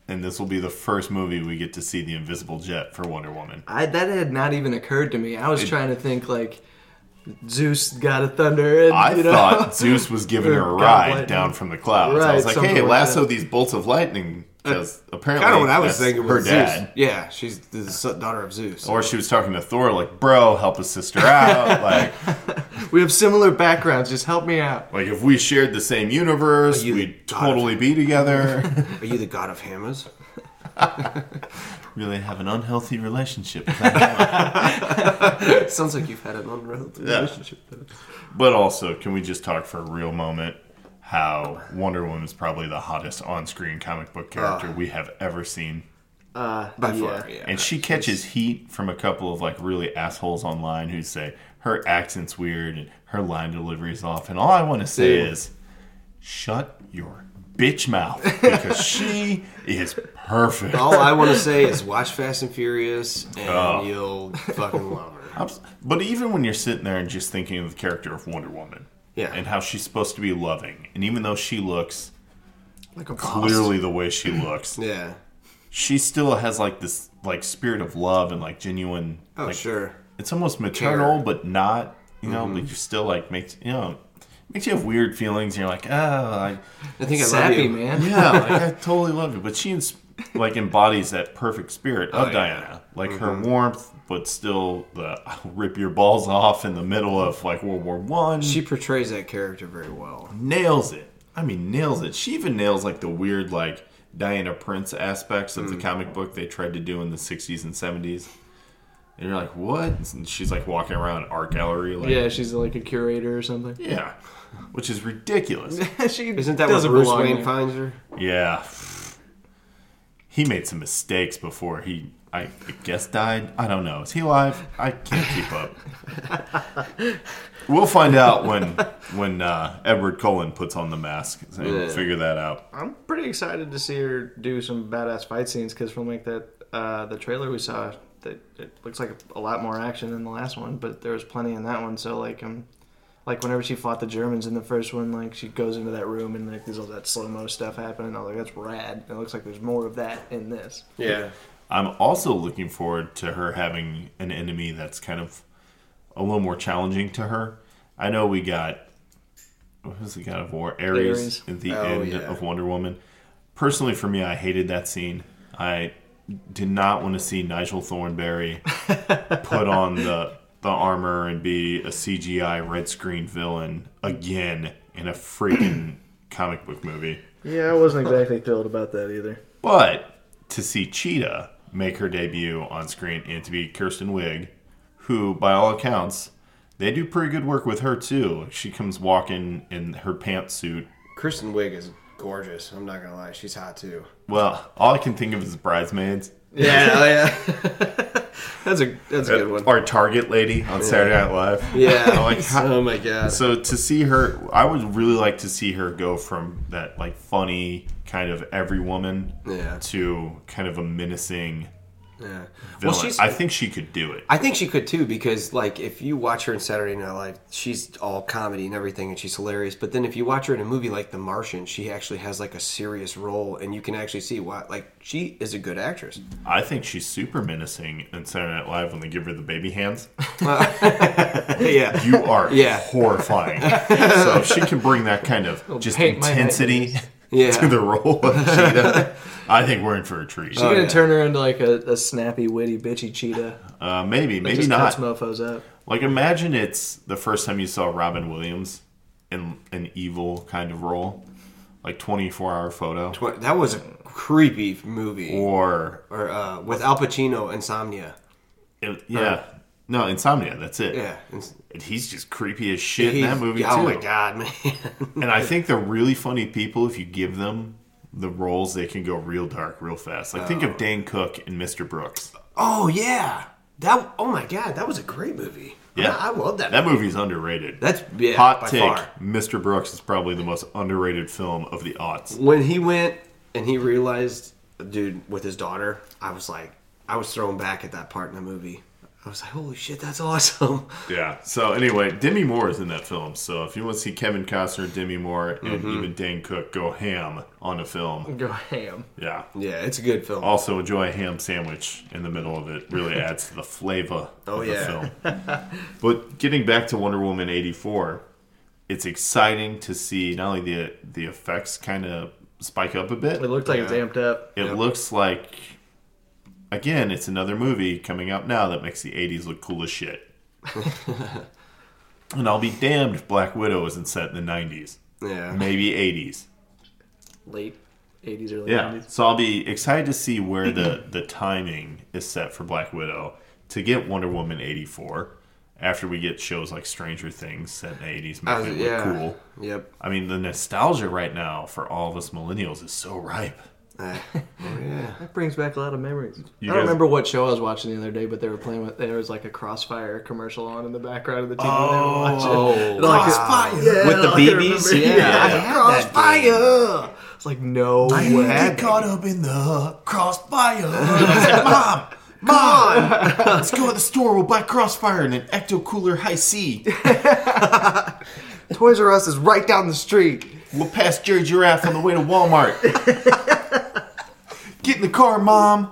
S1: and this will be the first movie we get to see the invisible jet for Wonder Woman.
S6: I, that had not even occurred to me. I was trying to think like Zeus got a thunder. And,
S1: I
S6: you know?
S1: thought Zeus was giving her a
S6: Or
S1: ride
S6: goblet.
S1: down from the clouds. I
S6: Right,
S1: was like,
S6: something
S1: "Hey,
S6: like
S1: lasso
S6: that.
S1: these bolts of lightning." Because apparently,
S7: Kind of what I was
S1: that's
S7: thinking.
S1: her
S7: Her
S1: dad.
S7: Yeah, she's the son- daughter of Zeus.
S1: Or she was talking to Thor, like, "Bro, help a sister out." like,
S6: we have similar backgrounds. Just help me out.
S1: like if we shared the same universe,
S7: Are you the
S1: we'd
S7: god of-
S1: totally be together.
S7: Are you the god of hammers?
S1: really have an unhealthy relationship.
S7: It sounds like you've had an unhealthy relationship.
S1: but also, can we just talk for a real moment how Wonder Woman is probably the hottest on-screen comic book character we have ever seen?
S7: By
S6: Yeah.
S7: far, yeah.
S1: And she catches heat from a couple of like really assholes online who say her accent's weird and her line delivery's off. And all I want to say
S7: Dude.
S1: is, shut your bitch mouth because she is perfect.
S7: All I want to say is watch Fast and Furious, and
S1: Oh.
S7: you'll fucking love her.
S1: Abs- But even when you're sitting there and just thinking of the character of Wonder Woman,
S7: Yeah.
S1: and how she's supposed to be loving, and even though she looks
S6: Like a
S1: clearly the way she looks,
S7: Yeah.
S1: she still has like this like spirit of love and like genuine.
S7: Oh,
S1: like,
S7: sure.
S1: It's almost maternal,
S7: Care.
S1: but not. You know,
S7: Mm-hmm.
S1: but you still like makes you know makes you have weird feelings. And you're like, oh, I,
S7: I think I love
S6: sappy
S7: you.
S6: man.
S1: yeah, like I totally love you. But she ins- like embodies that perfect spirit of
S7: Oh, yeah. Mm-hmm.
S1: Diana, like her warmth, but still the "I'll rip your balls off in the middle of like World War One.
S7: She portrays that character very well.
S1: nails it. I mean, nails it. She even nails like the weird like Diana Prince aspects
S7: Mm.
S1: of the comic book they tried to do in the '60s and '70s. And you're like, what? And she's like walking around an art gallery, like
S6: Yeah, she's like a curator or something.
S1: yeah, which is ridiculous.
S6: she
S7: Isn't that what
S6: doesn't
S7: Bruce
S6: belong
S7: Wayne
S6: there.
S7: finds her?
S1: Yeah. He made some mistakes before he, I guess, died. I don't know. Is he alive? I can't keep up. we'll find out when when uh, Edward Cullen puts on the mask and
S7: Yeah.
S1: figure that out.
S6: I'm pretty excited to see her do some badass fight scenes because from like that uh, the trailer we saw, that it looks like a lot more action than the last one, but there was plenty in that one. So like um, like whenever she fought the Germans in the first one, like she goes into that room and like there's all that slow mo stuff happening. I was like, that's rad. It looks like there's more of that in this.
S7: Yeah.
S1: I'm also looking forward to her having an enemy that's kind of a little more challenging to her. I know we got what was the God of War Ares,
S6: Ares.
S1: at the
S7: Oh,
S1: end
S7: yeah.
S1: of Wonder Woman. Personally, for me, I hated that scene. I did not want to see Nigel Thornberry put on the the armor and be a CGI red screen villain again in a freaking comic book movie.
S6: Yeah, I wasn't exactly thrilled about that either.
S1: But to see Cheetah make her debut on screen and to be Kirsten Wig, who by all accounts they do pretty good work with her too. She comes walking in her pantsuit.
S7: Kristen Wiig is gorgeous. I'm not gonna lie, she's hot too.
S1: Well, all I can think of is bridesmaids.
S7: Yeah, oh,
S6: That's a that's
S1: Uh,
S6: a good one.
S1: Our Target lady on Saturday Night Live.
S7: yeah, yeah.
S1: I'm like, how-
S7: oh my god.
S1: So to see her, I would really like to see her go from that like funny kind of every woman
S7: Yeah.
S1: to kind of a menacing
S7: yeah. Well,
S1: villain.
S7: she's.
S1: I
S7: I,
S1: think she could do it.
S7: think she could too because, like, if you watch her in Saturday Night Live, she's all comedy and everything, and she's hilarious. But then if you watch her in a movie like The Martian, she actually has like a serious role, and you can actually see why. Like, she is a good actress.
S1: I think she's super menacing in Saturday Night Live when they give her the baby hands.
S7: yeah.
S1: You are
S7: Yeah.
S1: horrifying. so if she can bring that kind of just
S6: paint my
S1: intensity
S7: Yeah.
S1: to the role of Cheetah, I think we're in for a treat.
S7: Oh,
S6: She's gonna turn her into like a, a snappy, witty, bitchy cheetah.
S1: Uh, maybe, maybe
S6: Just
S1: not.
S6: cuts mofos up.
S1: Like imagine it's the first time you saw Robin Williams in an evil kind of role, like 24 hour photo.
S7: But that was a creepy movie.
S1: Or,
S7: Or uh, with Al Pacino, Insomnia.
S1: it- yeah. No, Insomnia, that's it.
S7: Yeah. Ins-
S1: He's just creepy as shit in
S7: he's-
S1: that movie,
S7: Oh
S1: too.
S7: my god, man.
S1: And I think they're really funny people. If you give them the roles, they can go real dark real fast. Like think of Dane Cook and Mr. Brooks.
S7: Oh yeah, that. Oh my god, that was a great movie.
S1: Yeah.
S7: I, I love that.
S1: That movie's underrated.
S7: That's yeah,
S1: Hot
S7: by
S1: take:
S7: far.
S1: Mr. Brooks is probably the most underrated film of the aughts.
S7: When he went and he realized, dude, with his daughter, I was like, I was thrown back at that part in the movie. I was like, holy shit, that's awesome.
S1: Yeah. So anyway, Demi Moore is in that film. So if you want to see Kevin Costner, Demi Moore, and
S7: Mm-hmm.
S1: even Dane Cook go ham on a film,
S6: Go ham.
S1: yeah.
S7: Yeah, it's a good film.
S1: Also enjoy a ham sandwich in the middle of it. Really adds to the flavor
S7: Oh,
S1: of
S7: yeah.
S1: the film. but getting back to Wonder Woman eighty four, it's exciting to see not only the the effects kind of spike up a bit.
S6: It looked like it's amped up.
S1: It looks like again, it's another movie coming out now that makes the eighties look cool as shit. and I'll be damned if Black Widow isn't set in the nineties.
S7: Yeah.
S1: Maybe eighties.
S6: late 80s, early
S1: Yeah.
S6: 90s.
S1: So I'll be excited to see where the, the timing is set for Black Widow to get Wonder Woman eighty four after we get shows like Stranger Things set in the eighties
S7: I was-
S1: making it
S7: yeah.
S1: look cool.
S7: Yep.
S1: I mean the nostalgia right now for all of us millennials is so ripe.
S7: Uh, oh, yeah.
S6: That brings back a lot of memories. I don't
S1: guys-
S6: remember what show I was watching the other day, but they were playing with there was like a Crossfire commercial on in the background of the TV.
S1: Oh.
S6: they were watching. They're like,
S7: Crossfire.
S6: Yeah,
S7: With the
S6: like, I
S7: BBs?
S6: remember-
S7: Yeah. I had that
S6: Crossfire. It's like no way.
S1: caught up in the crossfire. I said, Mom, Mom, let's go to the store. We'll buy crossfire and an ecto cooler high C.
S6: Toys R Us is right down the street.
S1: We'll pass Jerry Giraffe on the way to Walmart. Get in the car, Mom.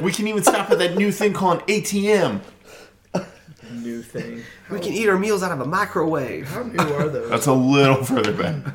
S1: We can even stop at that new thing called an ATM.
S6: New thing.
S7: We can eat our meals out of a microwave.
S6: How new are those?
S1: That's a little further back.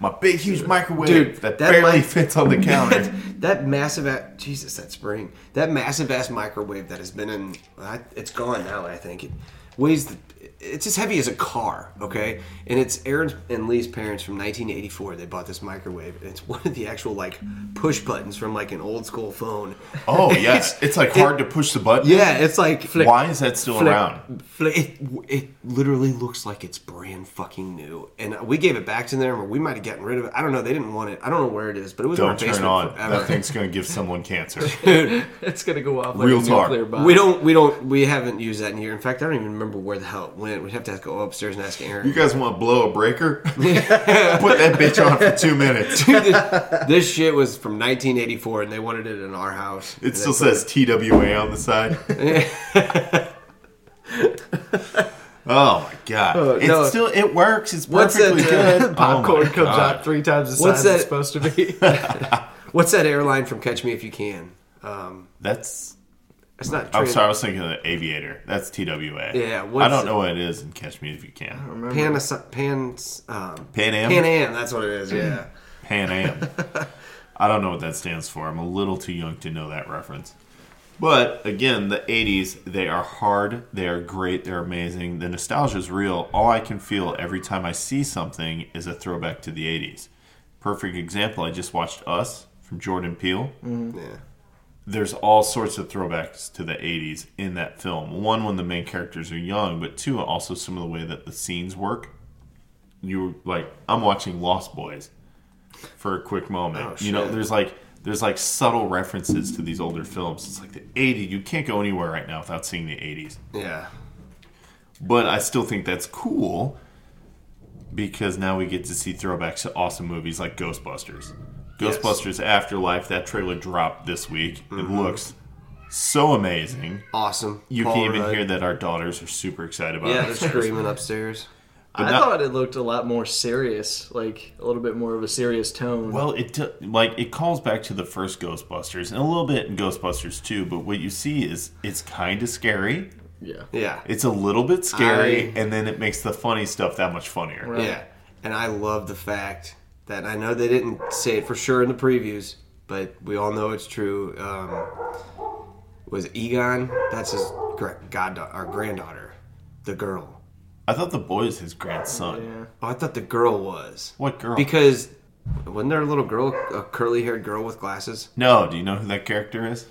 S1: My big, huge microwave
S7: Dude,
S1: that,
S7: that
S1: barely
S7: mic-
S1: fits on the counter.
S7: that massive ass Jesus, that spring. That massive ass microwave that has been in I- it's gone now, I think. It weighs the, it's as heavy as a car, okay? And it's Aaron and Lee's parents from 1984. They bought this microwave. And it's one of the actual like push buttons from like an old school phone.
S1: Oh yes, it's, like
S7: it-
S1: hard to push the button.
S7: Yeah, it's like flick,
S1: Why is that still
S7: flick,
S1: around?
S7: flick. It, it literally looks like it's brand fucking new, and we gave it back to them, or we might have gotten rid of it. I don't know. They didn't want it. I don't know where it is, but it was in our
S1: Don't
S7: basement
S1: turn on.
S7: forever.
S1: That thing's gonna give someone cancer.
S6: It's gonna go off like
S1: Real
S6: a
S1: talk.
S6: nuclear bomb.
S7: We don't. We don't. We haven't used that in here. In fact, I don't even remember where the hell it went. We'd have to go upstairs and ask Aaron.
S1: You guys want to blow a breaker? Put that bitch on for two minutes.
S7: this, this shit was from 1984, and they wanted it in our house.
S1: It still says TWA on the side. oh my god! it's
S7: no.
S1: still it works. It's
S7: What's that,
S1: perfectly
S7: uh,
S1: good. Oh my
S6: Popcorn comes
S1: God.
S6: out three times the
S7: What's
S6: size it's
S7: that-
S6: supposed to be.
S7: What's that airline from Catch Me If You Can? Um,
S1: That's.
S7: it's not.
S1: I'm
S7: Trans-
S1: sorry. I was thinking of the aviator. That's TWA.
S7: Yeah,
S1: I
S7: what's
S1: don't
S7: it-
S1: know what it is. And catch me if you can.
S7: Panas- Pans. Um,
S1: Pan Am.
S7: Pan Am. That's what it is. Yeah.
S1: Pan Am. I don't know what that stands for. I'm a little too young to know that reference. But again, the 80s, they are hard, they are great, they're amazing. The nostalgia is real. All I can feel every time I see something is a throwback to the 80s. Perfect example, I just watched Us from Jordan Peele.
S7: yeah.
S1: There's all sorts of throwbacks to the 80s in that film. One, when the main characters are young, but two, also some of the way that the scenes work. You were like, I'm watching Lost Boys for a quick moment.
S7: Oh,
S1: you know,
S7: shit.
S1: there's like there's like subtle references to these older films. It's like the 80s. You can't go anywhere right now without seeing the 80s.
S7: Yeah.
S1: But I still think that's cool because now we get to see throwbacks to awesome movies like Ghostbusters. Ghostbusters Afterlife, that trailer dropped this week. It looks so amazing.
S7: Awesome.
S1: You
S7: Mm-hmm. Paul
S1: can even
S7: Rudd.
S1: hear that our daughters are super excited about
S7: Yeah,
S1: it.
S7: they're screaming upstairs.
S6: I
S1: not-
S6: thought it looked a lot more serious, like a little bit more of a serious tone.
S1: Well, it t- like it calls back to the first Ghostbusters and a little bit in Ghostbusters 2, but what you see is it's kind of scary.
S6: yeah.
S7: Yeah.
S1: It's a little bit scary
S7: I-
S1: and then it makes the funny stuff that much funnier.
S6: Right.
S7: Yeah, and I love the fact that I know they didn't say it for sure in the previews, but we all know it's true. Um, was Egon? That's his gra- goddaughter, our granddaughter, the girl.
S1: I thought the boy is his grandson.
S6: Yeah.
S7: Oh, I thought the girl was
S1: What girl?
S7: because wasn't there a little girl, a curly-haired girl with glasses?
S1: No, do you know who that character is?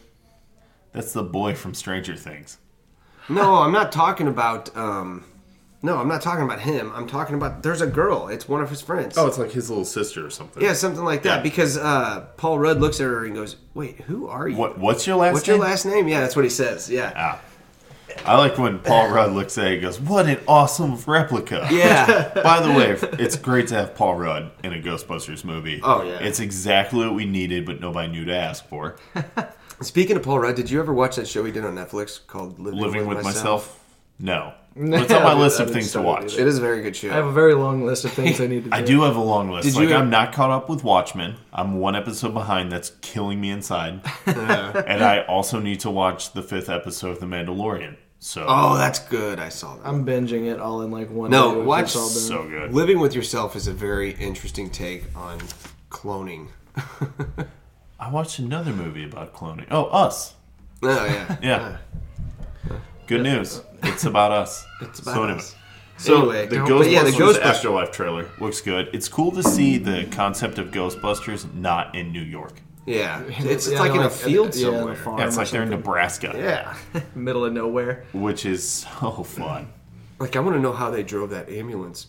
S1: That's the boy from Stranger Things.
S7: No, I'm not talking about. Um, no, I'm not talking about him. I'm talking about there's a girl. It's one of his friends.
S1: Oh, it's like his little sister or something.
S7: yeah, something like that.
S1: Yeah.
S7: Because uh, Paul Rudd looks at her and goes, "Wait, who are you?"
S1: What? What's your last
S7: What's
S1: name?
S7: your last name? Yeah, that's what he says. Yeah.
S1: Ah. I like when Paul Rudd looks at it and goes, "What an awesome replica!"
S7: Yeah.
S1: By the way, it's great to have Paul Rudd in a Ghostbusters movie.
S7: Oh, yeah.
S1: It's exactly what we needed, but nobody knew to ask for.
S7: Speaking of Paul Rudd, did you ever watch that show he did on Netflix called Living,
S1: Living with myself? No.
S6: No,
S1: But it's on my
S6: dude,
S1: list
S6: I
S1: of
S6: didn't
S1: things to
S6: start
S1: watch.
S6: either.
S7: It is a very good
S6: I have
S7: show.
S6: a very long list of things I need to do.
S1: I do have a long list.
S7: Did
S1: like
S7: you-
S1: I'm not caught up with Watchmen. I'm one episode behind. That's killing me inside. and I also need to watch the fifth episode of The Mandalorian. So
S7: Oh, that's good. I saw that.
S6: I'm binging it all in like one.
S7: No,
S6: video if
S7: watch-
S6: it's all done.
S1: so good.
S7: Living with yourself is a very interesting take on cloning. oh
S1: I watched another movie about cloning. Oh, Us.
S7: Oh, yeah.
S1: Yeah. Good news. It's about us. It's
S7: about us.
S1: So
S7: Anyway,
S1: the
S7: don't-
S1: Ghostbusters
S7: but yeah, the Ghostbusters-
S1: Afterlife trailer looks good. It's cool to see the concept of Ghostbusters not in New York.
S7: Yeah. It's, it's
S6: Yeah,
S7: like in a
S6: like-
S7: field
S6: yeah, on a
S7: somewhere.
S6: farm.
S1: Yeah, it's
S6: or
S1: like they're in Nebraska,
S7: Yeah.
S6: Middle of nowhere.
S1: which is so fun.
S7: Like I want to know how they drove that ambulance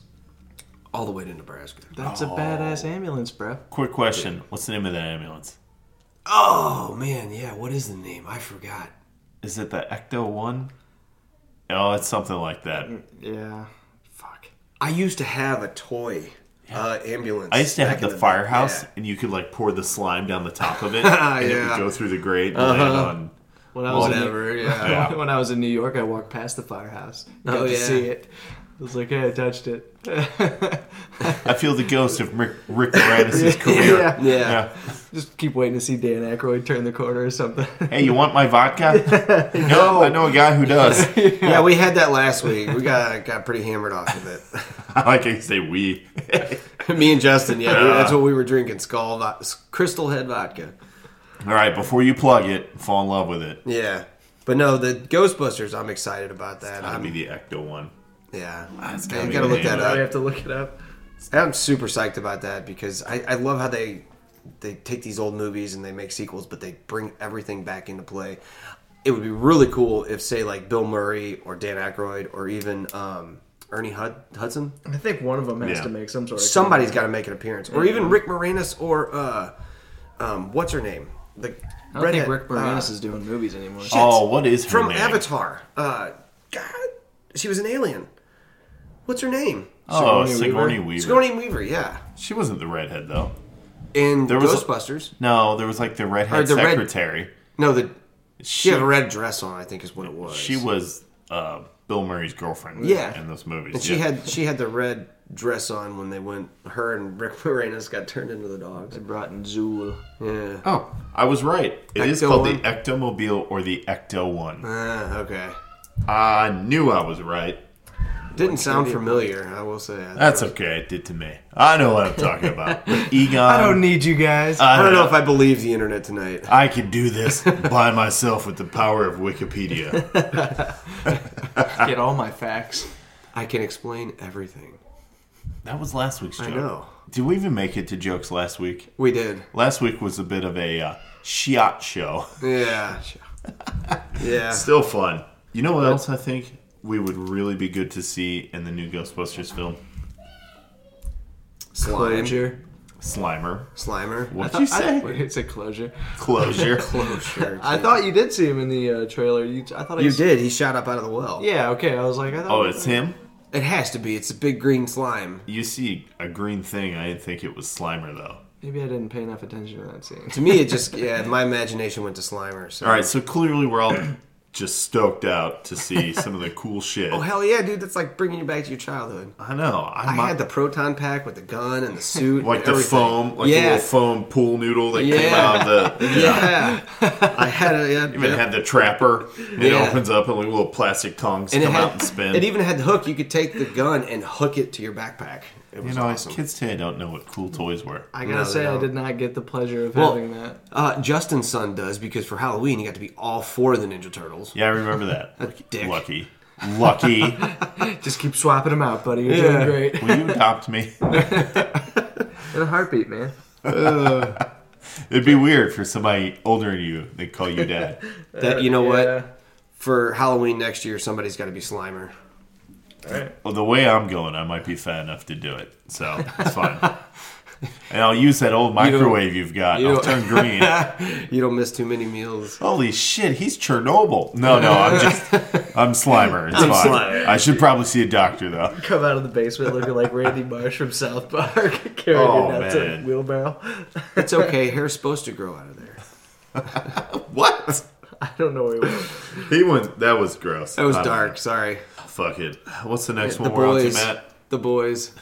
S7: all the way to Nebraska.
S6: That's a badass ambulance, bro.
S1: Quick question: What's the name of that ambulance?
S7: Oh man, yeah. What is the name? I forgot.
S1: Is it the Ecto One? Oh, it's something like that.
S7: Mm,
S6: Yeah. Fuck.
S7: I used to have a toy uh, ambulance.
S1: I used to
S7: back
S1: have
S7: in
S1: the firehouse,
S7: yeah.
S1: and you could like pour the slime down the top of it, and it
S7: Yeah. Uh-huh.
S1: would go through the grate and land on.
S6: When I was in-
S7: Whatever. Yeah.
S1: Yeah.
S6: When I was in New York, I walked past the firehouse. Got
S7: Oh,
S6: to
S7: yeah.
S6: see it. I was like, hey, I touched it.
S1: I feel the ghost of Rick, Rick Moranis' career.
S6: Yeah.
S7: Yeah.
S1: Yeah.
S6: Just keep waiting to see Dan Aykroyd turn the corner or something.
S1: Hey, you want my vodka? no, I know a guy who does.
S7: Yeah, we had that last week. We got got pretty hammered off of it.
S1: I like how you say we.
S7: Me and Justin, yeah, we- that's what we were drinking. Skull, vo- Crystal Head vodka.
S1: All right, before you plug it, fall in love with it.
S7: Yeah, but no, the Ghostbusters. I'm excited about that.
S1: That'd be
S7: I'm,
S1: the Ecto one.
S7: yeah, I
S1: gotta
S7: gotta,
S1: be
S7: look
S1: the
S7: that
S1: name.
S6: I
S7: up.
S6: have to look it up.
S7: I'm super psyched about that because I, I love how they they take these old movies and they make sequels, but they bring everything back into play. It would be really cool if, say, like Bill Murray or Dan Aykroyd or even um, Ernie Hud- Hudson,
S6: I think one of them has
S1: Yeah.
S6: to make some sort of
S7: somebody's got to make an appearance, or even Rick Moranis or uh, um, what's her name, the uh,
S6: I don't think Rick
S7: Ah.
S6: Moranis is doing movies anymore.
S1: Oh, what is her
S7: from
S1: name?
S7: Avatar. Uh, God, she was an alien. What's her name?
S1: Oh,
S6: Sigourney
S1: Sigourney Weaver.
S6: Weaver?
S7: Sigourney Weaver. Yeah,
S1: She wasn't the redhead though.
S7: in
S1: There was a-
S7: Ghostbusters.
S1: No, there was like the redhead
S7: Or the red-
S1: secretary.
S7: No, the
S1: She
S7: she had a red dress on. I think is what it was.
S1: she was uh, Bill Murray's girlfriend.
S7: Yeah.
S1: in those movies.
S7: And she
S1: yeah.
S7: had she had the red dress on when they went. Her and Rick Moranis got turned into the dogs.
S6: brought in Zulu.
S7: Yeah.
S1: Oh, I was right. It is
S7: Ecto
S1: called
S7: one?
S1: the Ectomobile or the Ecto One.
S7: Ah, okay.
S1: I knew I was right.
S7: Didn't sound familiar. I will say. I,
S1: That's okay. It did to me. I know what I'm talking about. But Egon,
S6: I don't need you guys.
S7: I don't know if I believe the internet tonight.
S1: I can do this by myself with the power of Wikipedia.
S6: Get all my facts.
S7: I can explain everything.
S1: That was last week's joke.
S7: know.
S1: Did we even make it to jokes last week?
S7: We did.
S1: Last week was a bit of a uh, shiat show.
S7: Yeah. yeah.
S1: Still fun. You know what else I think we would really be good to see in the new Ghostbusters film?
S7: Slime.
S6: Closure.
S1: Slimer.
S7: Slimer.
S1: What'd you say?
S6: Wait, it's a closure.
S1: Closure.
S7: Sure.
S6: I thought you did see him in the uh, trailer. You, I thought I
S7: You
S6: s-
S7: did. He shot up out of the well.
S6: Yeah. Okay. I was like, I thought.
S1: oh, it's him?
S7: It has to be. It's a big green slime.
S1: You see a green thing. I didn't think it was Slimer, though.
S6: Maybe I didn't pay enough attention to that scene.
S7: To me, it just yeah. My imagination went to Slimer. So.
S1: All right, so clearly we're all just stoked out to see some of the cool shit.
S7: Oh hell yeah, dude! That's like bringing you back to your childhood.
S1: I know.
S7: I
S1: I'm
S7: had the proton pack with the gun and the suit,
S1: like
S7: and
S1: the
S7: everything.
S1: foam, like the
S7: yeah,
S1: little foam pool noodle that came
S7: Yeah.
S1: out of the.
S7: yeah. I had a yeah,
S1: Even
S7: yeah.
S1: had the trapper. and It
S7: Yeah.
S1: opens up and like little plastic tongs
S7: and it
S1: come
S7: had
S1: out and spin.
S7: It even had the hook. You could take the gun and hook it to your backpack. It was
S1: you know,
S7: awesome.
S1: kids today don't know what cool toys were.
S6: I
S7: No,
S6: gotta
S7: they
S6: say, I
S7: don't.
S6: did not get the pleasure of
S7: Well,
S6: having that.
S7: Uh, Justin's son does because for Halloween he got to be all four of the Ninja Turtles.
S1: Yeah, I remember that.
S7: That dick.
S1: Lucky. Lucky.
S6: Just keep swapping them out, buddy. You're
S7: Yeah.
S6: doing great.
S1: Will you adopt me?
S6: In a heartbeat, man.
S1: It'd be weird for somebody older than you. They call you dad.
S7: That you know
S6: Yeah.
S7: what? For Halloween next year, somebody's got to be Slimer.
S1: Well, the way I'm going, I might be fat enough to do it. So it's fine. and I'll use that old microwave you have got.
S7: you
S1: I'll
S7: don't-
S1: turn green.
S7: You don't miss too many meals.
S1: Holy shit, he's Chernobyl. No, no, I'm just, I'm Slimer. It's fine.
S7: Slimer.
S1: I should probably see a doctor though.
S6: Come out of the basement looking like Randy Marsh from South Park, carrying
S1: Oh,
S6: your nuts
S1: man.
S6: in a wheelbarrow.
S7: It's okay. Hair's supposed to grow out of there.
S1: What?
S6: I don't know where he was.
S1: He went. That was gross.
S7: That was
S1: I don't
S7: dark. Sorry.
S1: know. Fuck it. What's the next
S7: The
S1: one we're
S7: boys.
S1: on to,
S7: The boys.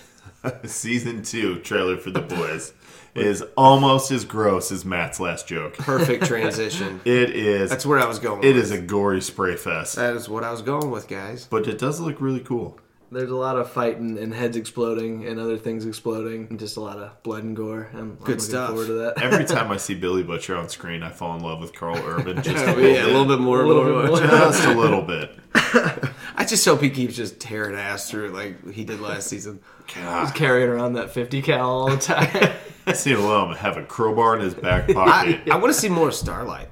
S1: Matt? Season two trailer for the boys is almost as gross as Matt's last joke.
S7: Perfect transition.
S1: It is.
S7: That's where I was going.
S1: It
S7: with.
S1: is a gory spray fest,
S7: That is what I was going with, guys.
S1: but it does look really cool.
S6: There's a lot of fighting and heads exploding and other things exploding. And just a lot of blood and gore. I'm, I'm looking
S7: stuff.
S6: forward to that.
S1: Every time I see Billy Butcher on screen, I fall in love with Carl Urban just a little,
S7: Yeah, a little bit more. A little,
S6: bit
S7: bit more.
S6: more.
S1: just a little bit.
S7: I just hope he keeps just tearing ass through it like he did last season.
S1: God.
S6: Carrying around that 50 cal all the time.
S1: See him have a crowbar in his back pocket.
S7: I, I want to see more Starlight.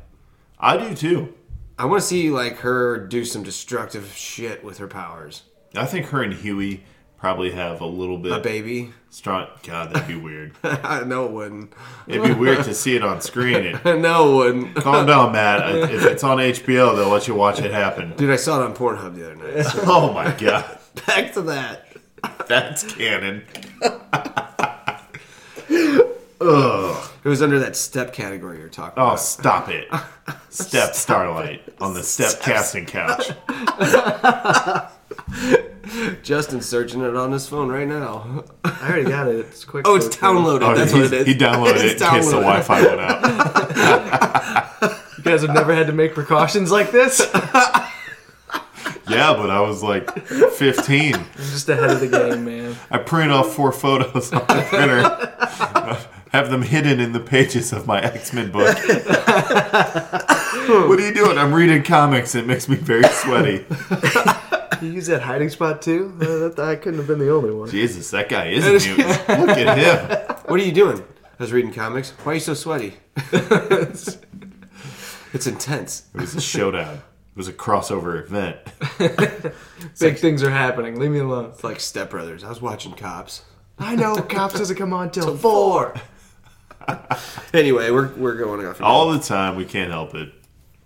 S1: I do too.
S7: I want to see like her do some destructive shit with her powers.
S1: I think her and Huey probably have a little bit
S7: A baby?
S1: strong. God, that'd be weird.
S7: no, it wouldn't.
S1: It'd be weird to see it on screen. It,
S7: No, it wouldn't.
S1: calm down, Matt. I- If it's on HBO, they'll let you watch it happen.
S7: Dude, I saw it on Pornhub the other night. So
S1: Oh my god,
S7: back to that.
S1: that's canon.
S7: It was under that step category you're talking
S1: Oh,
S7: about.
S1: stop it. Step Starlight on the step casting couch.
S7: Justin's searching it on his phone right now.
S6: I already got it. It's quick.
S7: Oh, it's
S6: search.
S7: downloaded.
S1: Oh,
S7: That's
S1: he,
S7: what it is.
S1: he downloaded it in
S7: It's
S1: case the
S7: downloaded.
S1: Wi-Fi went out.
S6: You guys have never had to make precautions like this?
S1: Yeah, but I was like 15.
S6: I'm just ahead of the game, man.
S1: I print off four photos on the printer, have them hidden in the pages of my X Men book. what are you doing? I'm reading comics. It makes me very sweaty.
S6: You use that hiding spot too? Uh, that, I couldn't have been the only one.
S1: Jesus, that guy is a mutant. Look at him.
S7: What are you doing? I was reading comics. Why are you so sweaty? it's, it's intense.
S1: It was a showdown. It was a crossover event.
S6: Big things are happening. Leave me alone.
S7: It's like Step Brothers. I was watching Cops.
S6: I know cops doesn't come on till four.
S7: Anyway, we're, we're going off.
S1: All the time. We can't help it.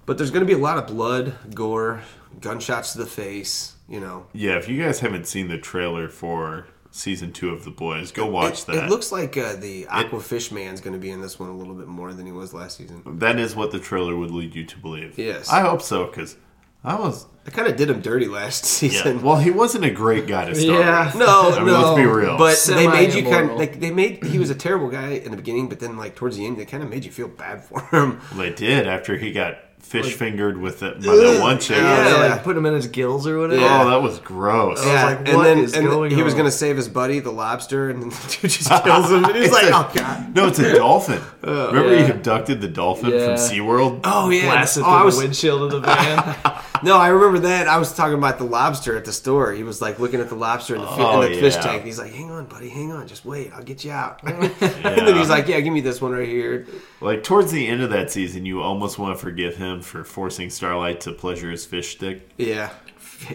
S7: But there's going to be a lot of blood, gore, gunshots to the face. You know,
S1: Yeah, if you guys haven't seen the trailer for season two of The Boys, go watch
S7: it,
S1: that.
S7: It looks like uh, the Aquafish Man's going to be in this one a little bit more than he was last season.
S1: that is what the trailer would lead you to believe.
S7: Yes.
S1: I hope so, because I was.
S7: I kind of did him dirty last
S1: Yeah.
S7: season.
S1: Well, he wasn't a great guy to start
S6: Yeah.
S1: with.
S7: No,
S1: I mean,
S7: no.
S1: let's be real.
S7: But they made you kind of
S6: Semi-immoral.
S7: like they made he was a terrible guy in the beginning, but then like towards the end they kind of made you feel bad for him.
S1: They did after he got fish fingered with that, by that one chick.
S6: Yeah,
S7: Yeah.
S6: like putting him in his gills or whatever.
S7: Yeah.
S1: Oh, that was gross.
S6: Yeah. like, what is
S7: and
S6: going
S7: he was
S6: on?
S7: gonna save his buddy, the lobster, and then the dude just kills him. And he's like, "Oh god!"
S1: No, it's a dolphin. Remember
S6: yeah.
S1: he abducted the dolphin
S6: Yeah.
S1: from SeaWorld?
S7: Oh yeah!
S6: Blasted
S7: oh, I
S6: through
S7: was
S6: the windshield of the van.
S7: no, I remember that. I was talking about the lobster at the store. He was like looking at the lobster in the, fi-
S1: Oh,
S7: in the fish
S1: yeah.
S7: tank. He's like, "Hang on, buddy, hang on, just wait, I'll get you out." and then he's like, "Yeah, give me this one right here."
S1: Like towards the end of that season, you almost want to forgive him for forcing Starlight to pleasure his fish stick,
S7: Yeah,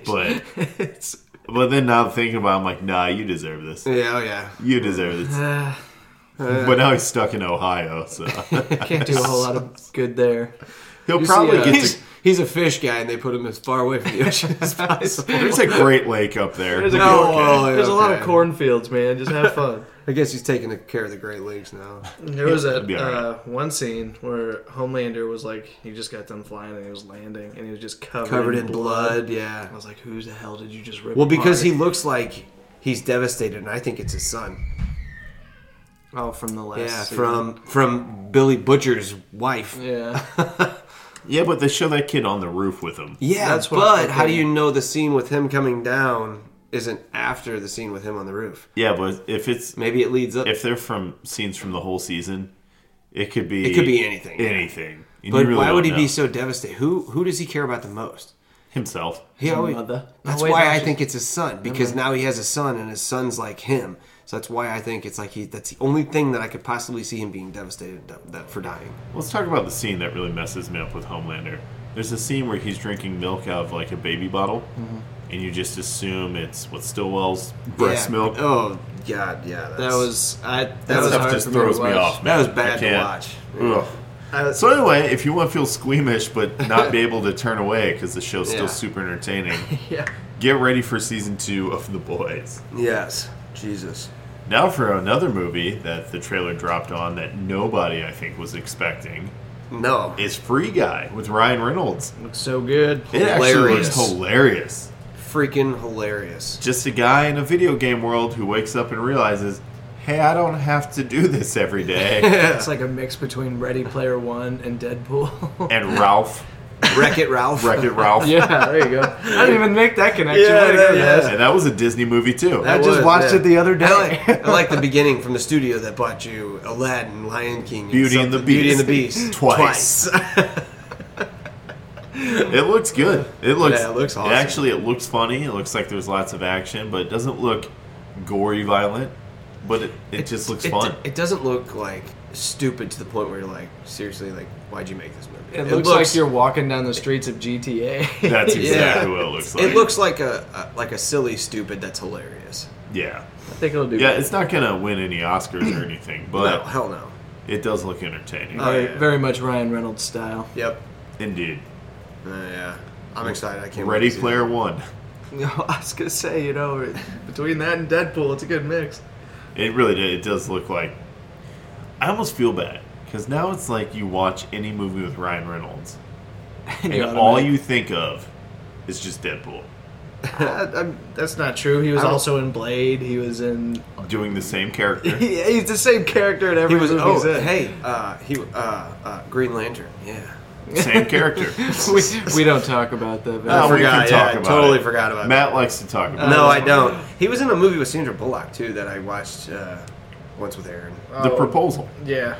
S1: but but then now thinking about, it, I'm like, nah, you deserve this.
S7: yeah, oh yeah.
S1: You deserve this. but now he's stuck in Ohio, so
S6: Can't do a whole lot of good there.
S1: he'll
S6: You
S1: probably
S6: see, uh,
S1: get
S7: He's,
S1: to.
S7: he's a fish guy, and they put him as far away from the ocean as possible.
S1: There's a great lake up there.
S6: There's a,
S7: No,
S6: corn-
S7: oh, yeah,
S6: there's a lot of
S7: okay.
S6: cornfields, man. Just have fun.
S7: I guess he's taking care of the Great Lakes now.
S6: There was a,
S1: It'll be all right.
S6: uh, one scene where Homelander was like, he just got done flying and he was landing and he was just covered,
S7: Covered in blood, yeah.
S6: I was like, who the hell did you just rip?
S7: Well, because he
S6: apart?
S7: looks like he's devastated, and I think it's his son.
S6: oh from the last
S7: Yeah,
S6: season.
S7: from from Billy Butcher's wife.
S6: yeah
S1: Yeah, but they show that kid on the roof with him.
S7: Yeah,
S6: That's what I'm
S7: but
S6: thinking.
S7: how do you know the scene with him coming down isn't after the scene with him on the roof?
S1: Yeah, but if it's
S7: Maybe it leads up.
S1: if they're from scenes from the whole season, it could be
S7: It could be anything.
S1: Anything. And
S7: but
S1: you really
S7: why would
S1: don't
S7: he be
S1: know.
S7: so devastated? Who who does he care about the most?
S1: himself?
S7: He always-
S6: mother.
S7: That's
S6: No, wait,
S7: why
S6: no,
S7: I
S6: she's-
S7: think it's his son because now he has a son and his son's like him. So that's why I think it's like he. That's the only thing that I could possibly see him being devastated that, for dying.
S1: Let's talk about the scene that really messes me up with Homelander. There's a scene where he's drinking milk out of like a baby bottle,
S7: Mm-hmm.
S1: and you just assume it's what Stillwell's breast
S7: Yeah.
S1: milk.
S7: Oh God, yeah. That's,
S6: that was I that,
S7: That
S6: was
S1: stuff
S6: hard
S1: just
S6: for me to
S1: throws me
S6: watch.
S1: off.
S7: that was
S1: I
S7: bad to
S1: can't.
S7: watch.
S1: Ugh.
S6: I-
S1: So anyway, if you want to feel squeamish but not be able to turn away because the show's
S7: Yeah.
S1: still super entertaining,
S6: yeah
S1: get ready for season two of The Boys.
S7: Yes, Jesus.
S1: Now for another movie that the trailer dropped on that nobody I think was expecting
S7: No.
S1: is Free Guy with Ryan Reynolds.
S6: looks so good
S1: It actually
S7: Hilarious.
S1: looks hilarious.
S7: freaking hilarious.
S1: Just a guy in a video game world who wakes up and realizes, hey, I don't have to do this every day.
S6: it's like a mix between Ready Player One and Deadpool
S1: and Ralph,
S7: Wreck It Ralph.
S1: Wreck It Ralph.
S6: yeah there you go I didn't even make that connection
S7: Yeah,
S6: Way to
S7: that-
S6: go,
S7: yeah.
S6: guys.
S1: And that was a Disney movie too.
S6: I
S7: That
S6: just
S7: was,
S6: watched
S7: yeah.
S6: it the other day
S7: I like, I like the beginning from the studio that bought you Aladdin, Lion King, and
S1: Beauty and the
S7: something- Beauty and the
S1: Beast.
S7: Beast
S1: Twice. It looks good. It looks.
S7: Yeah, it looks awesome.
S1: Actually, it looks funny. It looks like there's lots of action, but it doesn't look gory, violent. But it, it, just looks
S7: It-
S1: fun.
S7: It, doesn't look like stupid to the point where you're like, seriously, like, why'd you make this movie?
S6: it, looks, like you're walking down the streets of GTA
S1: That's
S7: Yeah.
S1: exactly what it looks like.
S7: It looks like a, a like a silly stupid that's hilarious.
S1: Yeah.
S6: I think it'll do
S1: Yeah.
S6: good.
S1: It's not gonna win any Oscars or anything,
S7: No,
S1: but
S7: hell no.
S1: it does look entertaining.
S7: Oh,
S6: very,
S7: yeah.
S6: very much Ryan Reynolds style
S7: Yep.
S1: Indeed.
S7: Uh, yeah. I'm excited. I can't. wait
S1: Ready
S7: to see
S1: Player One.
S6: No, I was gonna say, you know, between that and Deadpool, it's a good mix.
S1: It really did. It does look like. I almost feel bad because now it's like you watch any movie with Ryan Reynolds, and all you think of is just Deadpool
S6: that's not true. He was also in Blade. He was in.
S1: doing the same character.
S6: He, he's the same character in
S7: He
S6: every
S7: was
S6: movie.
S7: oh
S6: he's in.
S7: hey uh, he uh, uh, Green Lantern yeah
S1: Same character.
S6: we, Oh, we don't talk about that. But
S1: Uh, we
S7: forgot,
S1: can
S7: yeah,
S1: talk
S7: I
S1: about
S7: totally
S1: it.
S7: forgot about
S1: Matt
S7: that.
S1: likes to talk
S6: Uh,
S1: about
S7: No,
S1: it.
S7: I don't. He was in a movie with Sandra Bullock too that I watched uh, once with Aaron.
S1: The proposal.
S6: yeah.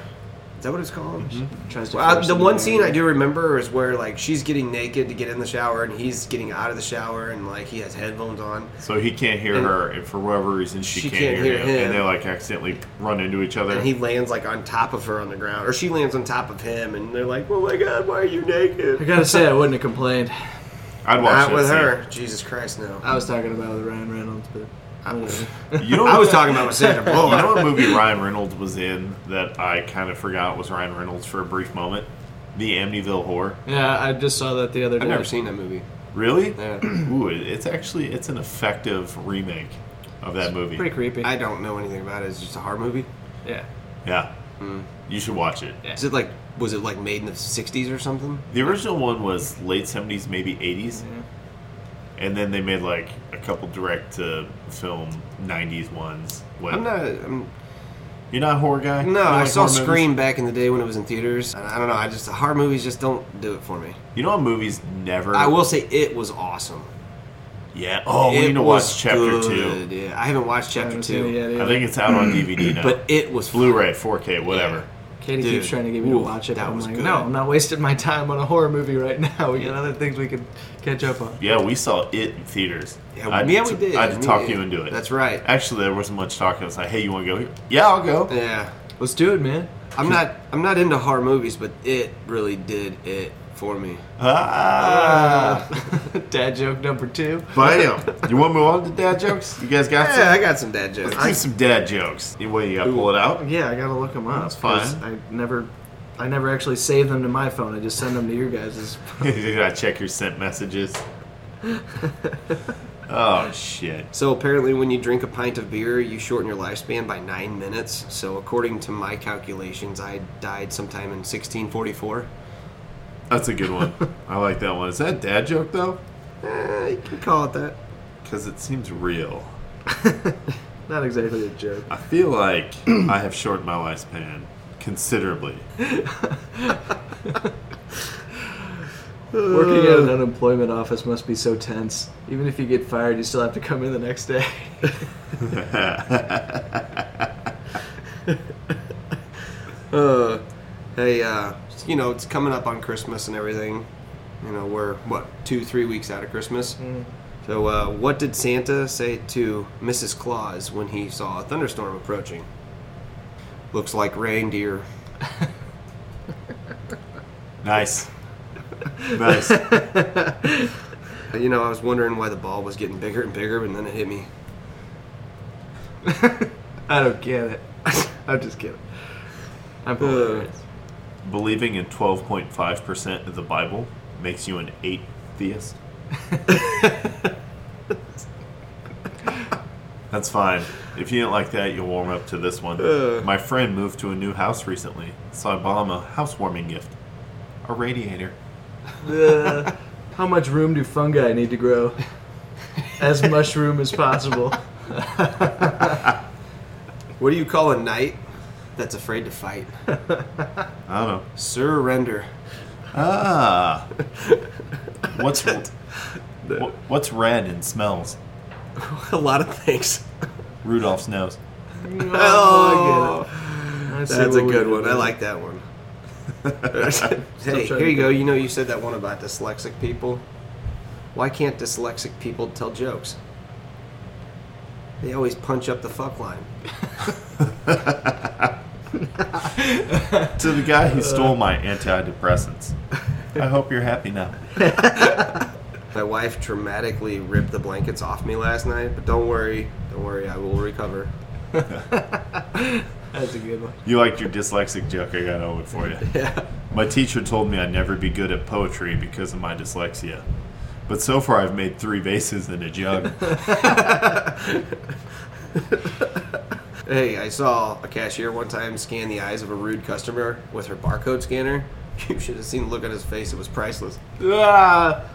S7: Is that what it's called?
S1: Mm-hmm.
S6: Tries to
S7: Well, I-
S6: force
S7: the
S6: it
S7: one
S6: in.
S7: scene I do remember is where like she's getting naked to get in the shower and he's getting out of the shower and like he has headphones on.
S1: So he can't hear
S7: And-
S1: her, and for whatever reason, she, can't, hear him, And they like accidentally run into each other.
S7: And he lands like on top of her on the ground, or she lands on top of him, and they're like, "Oh my God, why are you
S6: I
S7: naked?"
S6: gotta say, I wouldn't have complained.
S1: I'd watch
S7: Not
S1: that
S7: with
S1: scene.
S7: her. Jesus Christ, no.
S6: I was talking about with Ryan Reynolds, but whatever.
S1: You know,
S7: I was talking about with Sandra
S1: You know
S7: Bullock.
S1: what movie Ryan Reynolds was in that I kind of forgot was Ryan Reynolds for a brief moment? The Amityville Horror.
S6: yeah, I just saw that the other day.
S7: I've never seen that movie.
S1: Really?
S7: Yeah.
S1: Ooh, it- it's actually it's an effective remake of that movie.
S6: Pretty creepy.
S7: I don't know anything about it. It's just a horror movie.
S6: yeah.
S1: Yeah.
S7: Hmm.
S1: You should watch it.
S7: Is it like was it like made in the '60s or something?
S1: The original one was late seventies, maybe 80s
S7: Mm-hmm.
S1: and then they made like a couple direct to film nineties ones. What?
S7: I'm not. I'm,
S1: You're not a horror guy. You
S7: no,
S1: like
S7: I saw
S1: horror movies?
S7: Scream back in the day when it was in theaters. I I don't know. I just horror movies just don't do it for me.
S1: You know what movies never?
S7: I will say it was awesome.
S1: Yeah. Oh, we
S7: It
S1: need to watch
S7: was
S1: chapter
S7: good,
S1: two.
S7: Yeah, I haven't watched
S6: I
S7: chapter
S6: haven't
S7: two,
S6: seen it yet
S1: I
S6: either.
S1: think it's out on DVD now.
S7: but it was
S1: Blu-ray, 4K, whatever.
S6: Katie
S7: Dude,
S6: keeps trying to get me to
S7: ooh,
S6: watch it.
S7: that
S6: but I'm
S7: was
S6: like,
S7: good.
S6: no, I'm not wasting my time on a horror movie right now. We got other things we could catch up on.
S1: Yeah, we saw it in theaters.
S7: Yeah,
S1: I
S7: yeah, we did.
S1: I had
S7: We
S1: to talk
S7: did.
S1: you into it.
S7: That's right.
S1: Actually, there wasn't much talking. I was like, "Hey, you want to go here? Yeah, I'll go."
S7: Yeah,
S6: Let's do it, man.
S7: I'm not. I'm not into horror movies, but it really did it for me.
S1: Ah.
S6: Dad joke number two.
S1: but anyway, you want to move on to dad jokes? You guys got
S7: Yeah,
S1: some?
S7: I got some dad jokes.
S1: Let's do some dad jokes. Anyway, you got to pull it out.
S6: Yeah, I gotta look them up.
S1: That's fine.
S6: 'cause I never, I never actually save them to my phone. I just send them to your guys's.
S1: you got to check your sent messages. oh shit!
S7: So apparently, when you drink a pint of beer, you shorten your lifespan by nine minutes. So according to my calculations, I died sometime in 1644.
S1: That's a good one. I like that one. Is that a dad joke though?
S7: Eh, you can call it that.
S1: Because it seems real.
S6: Not exactly a joke.
S1: I feel like I have shortened my lifespan considerably.
S6: Uh, Working at an unemployment office must be so tense. Even if you get fired, you still have to come in the next day.
S7: Uh, hey, uh, you know it's coming up on Christmas and everything. You know we're what two, three weeks out of Christmas. So uh, what did Santa say to Mrs. Claus when he saw a thunderstorm approaching? Looks like reindeer.
S1: Nice. Nice.
S7: Uh, You know, I was wondering why the ball was getting bigger and bigger, and then it hit me.
S6: I don't get it. I'm just kidding. I'm hilarious.
S1: Believing in 12.5% of the Bible makes you an atheist. That's fine. If you didn't like that, you'll warm up to this one. My friend moved to a new house recently, so I bought him a housewarming gift a radiator.
S6: Uh, how much room do fungi need to grow? As much room as possible.
S7: What do you call a knight that's afraid to fight?
S1: I don't know.
S7: Surrender.
S1: Ah. What's wha- what's red and smells?
S7: a lot of things.
S1: Rudolph's nose.
S6: Oh, I get it. I see
S7: That's a
S6: what we
S7: good
S6: did
S7: one. I
S6: there.
S7: like that one. hey,
S6: trying
S7: here
S6: to
S7: you go. You know, you said that one about dyslexic people. Why can't dyslexic people tell jokes? They always punch up the fuck line.
S1: To the guy who stole my antidepressants. I hope you're happy now.
S7: My wife dramatically ripped the blankets off me last night, but don't worry, don't worry, I will recover.
S6: That's a good one.
S1: You liked your dyslexic joke. I got Owen for you.
S7: Yeah.
S1: My teacher told me I'd never be good at poetry because of my dyslexia. But so far, I've made three vases and a jug.
S7: Hey, I saw a cashier one time scan the eyes of a rude customer with her barcode scanner. You should have seen the look on his face; it was priceless.
S6: Ah,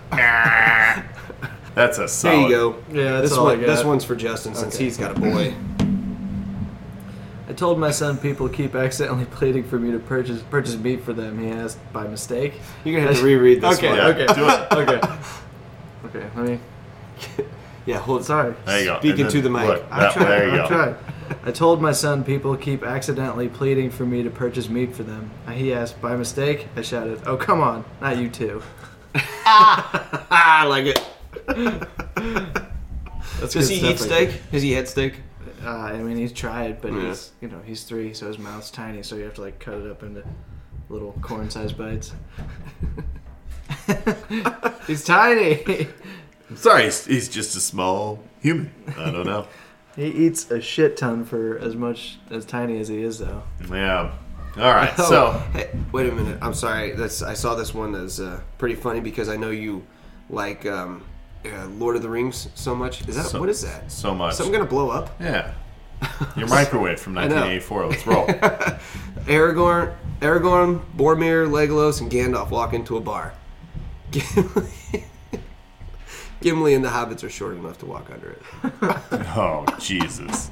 S1: That's a
S7: There
S1: solid.
S7: you go.
S6: Yeah, that's
S7: this
S6: all I
S7: one. This
S6: got.
S7: one's for Justin since
S6: Okay.
S7: he's got a boy.
S6: I told my son people keep accidentally pleading for me to purchase purchase meat for them. He asked by mistake.
S7: You're gonna have to reread this
S6: okay,
S7: one.
S1: Yeah,
S6: okay,
S1: do it.
S6: okay, okay. Let me.
S7: Yeah, hold
S6: Sorry.
S1: There you go.
S7: Speaking
S1: And then
S7: to the mic.
S1: Look,
S7: I'm
S1: that-
S7: trying,
S1: there you
S6: I
S1: go.
S6: tried. I told my son people keep accidentally pleading for me to purchase meat for them. Uh, He asked by mistake. I shouted, "Oh come on, not you too."
S7: Ah, I like it. Does
S6: That's good
S7: he eat
S6: stuff right there.
S7: steak? Does he had steak?
S6: Uh, I mean, he's tried, but
S7: Yeah.
S6: he's you know he's three, so his mouth's tiny, so you have to like cut it up into little corn-sized bites. he's tiny.
S1: Sorry, he's, he's just a small human. I don't know.
S6: he eats a shit ton for as much as tiny as he is, though.
S1: yeah. All right.
S7: Oh,
S1: So
S7: hey, wait a minute. I'm sorry. That's I saw this one that's uh, pretty funny because I know you like um, uh, Lord of the Rings so much. Is that
S1: So-
S7: what is that?
S1: so much.
S7: Something gonna blow up?
S1: yeah. Your microwave from
S7: know.
S1: 1984. Let's roll.
S7: Aragorn, Aragorn, Boromir, Legolas, and Gandalf walk into a bar. Gimli, Gimli and the hobbits are short enough to walk under it.
S1: Oh Jesus.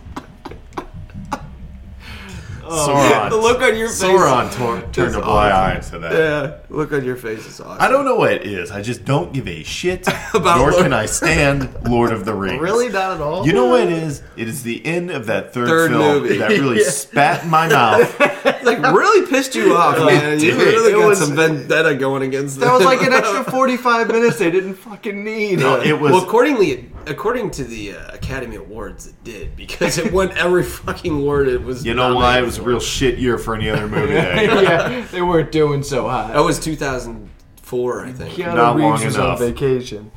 S1: Sauron.
S7: Oh, the look on your face.
S1: Sauron tor- turned a blind eye to that.
S7: Yeah, look on your face is awesome.
S1: I don't know what it is. I just don't give a shit.
S7: About
S1: nor
S7: Lord-
S1: can I stand Lord of the Rings.
S6: Really, not at all.
S1: You know what it is? It is the end of that third,
S7: Third
S1: film
S7: movie.
S1: that really spat in my mouth.
S7: like really pissed you off, man. You
S1: did.
S7: really
S6: It
S7: got
S6: was-
S7: some vendetta going against them.
S6: that was like an extra forty-five minutes they didn't fucking need.
S1: No, it was.
S7: well, accordingly, according to the uh, Academy Awards, it did because it won every fucking award. It was.
S1: you know why? It
S7: nominated
S1: was a
S7: for.
S1: real shit year for any other movie. eh? That
S6: yeah, they weren't doing so hot.
S7: That was 2004, I think.
S6: Keanu
S1: Not
S6: Reeves
S1: long
S6: was
S1: enough.
S6: on vacation.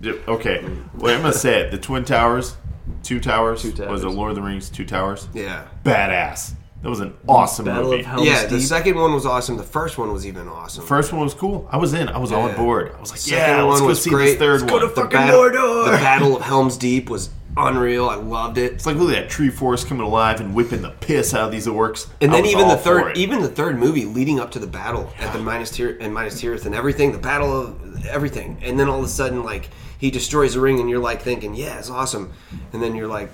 S1: Yeah, okay, wait. I'm gonna say it. The Twin Towers, Two Towers,
S6: Two Towers.
S1: was it Lord of the Rings? Two Towers.
S7: Yeah.
S1: Badass. That was an awesome
S6: Battle
S1: movie.
S6: of Helm's
S7: yeah, the
S6: Deep.
S7: second one was awesome. The first one was even awesome.
S1: Oh, First one was cool. I was in. I was on
S7: Yeah.
S1: board. I was like,
S7: Second
S1: yeah,
S7: one
S1: let's go
S7: was
S1: see
S7: great.
S1: this third
S7: Let's
S1: one.
S7: go to
S1: the
S7: fucking
S1: battle,
S7: Mordor. The Battle of Helm's Deep was unreal. I loved it.
S1: It's like look at that tree forest coming alive and whipping the piss out of these orcs.
S7: And
S1: I
S7: then
S1: was
S7: even the
S1: all for
S7: third,
S1: it.
S7: even the third movie leading up to the battle at the Minas Tirith and Minas Tirith and everything, the battle of everything, and then all of a sudden, like he destroys the ring, and you're like thinking, "Yeah, it's awesome," and then you're like,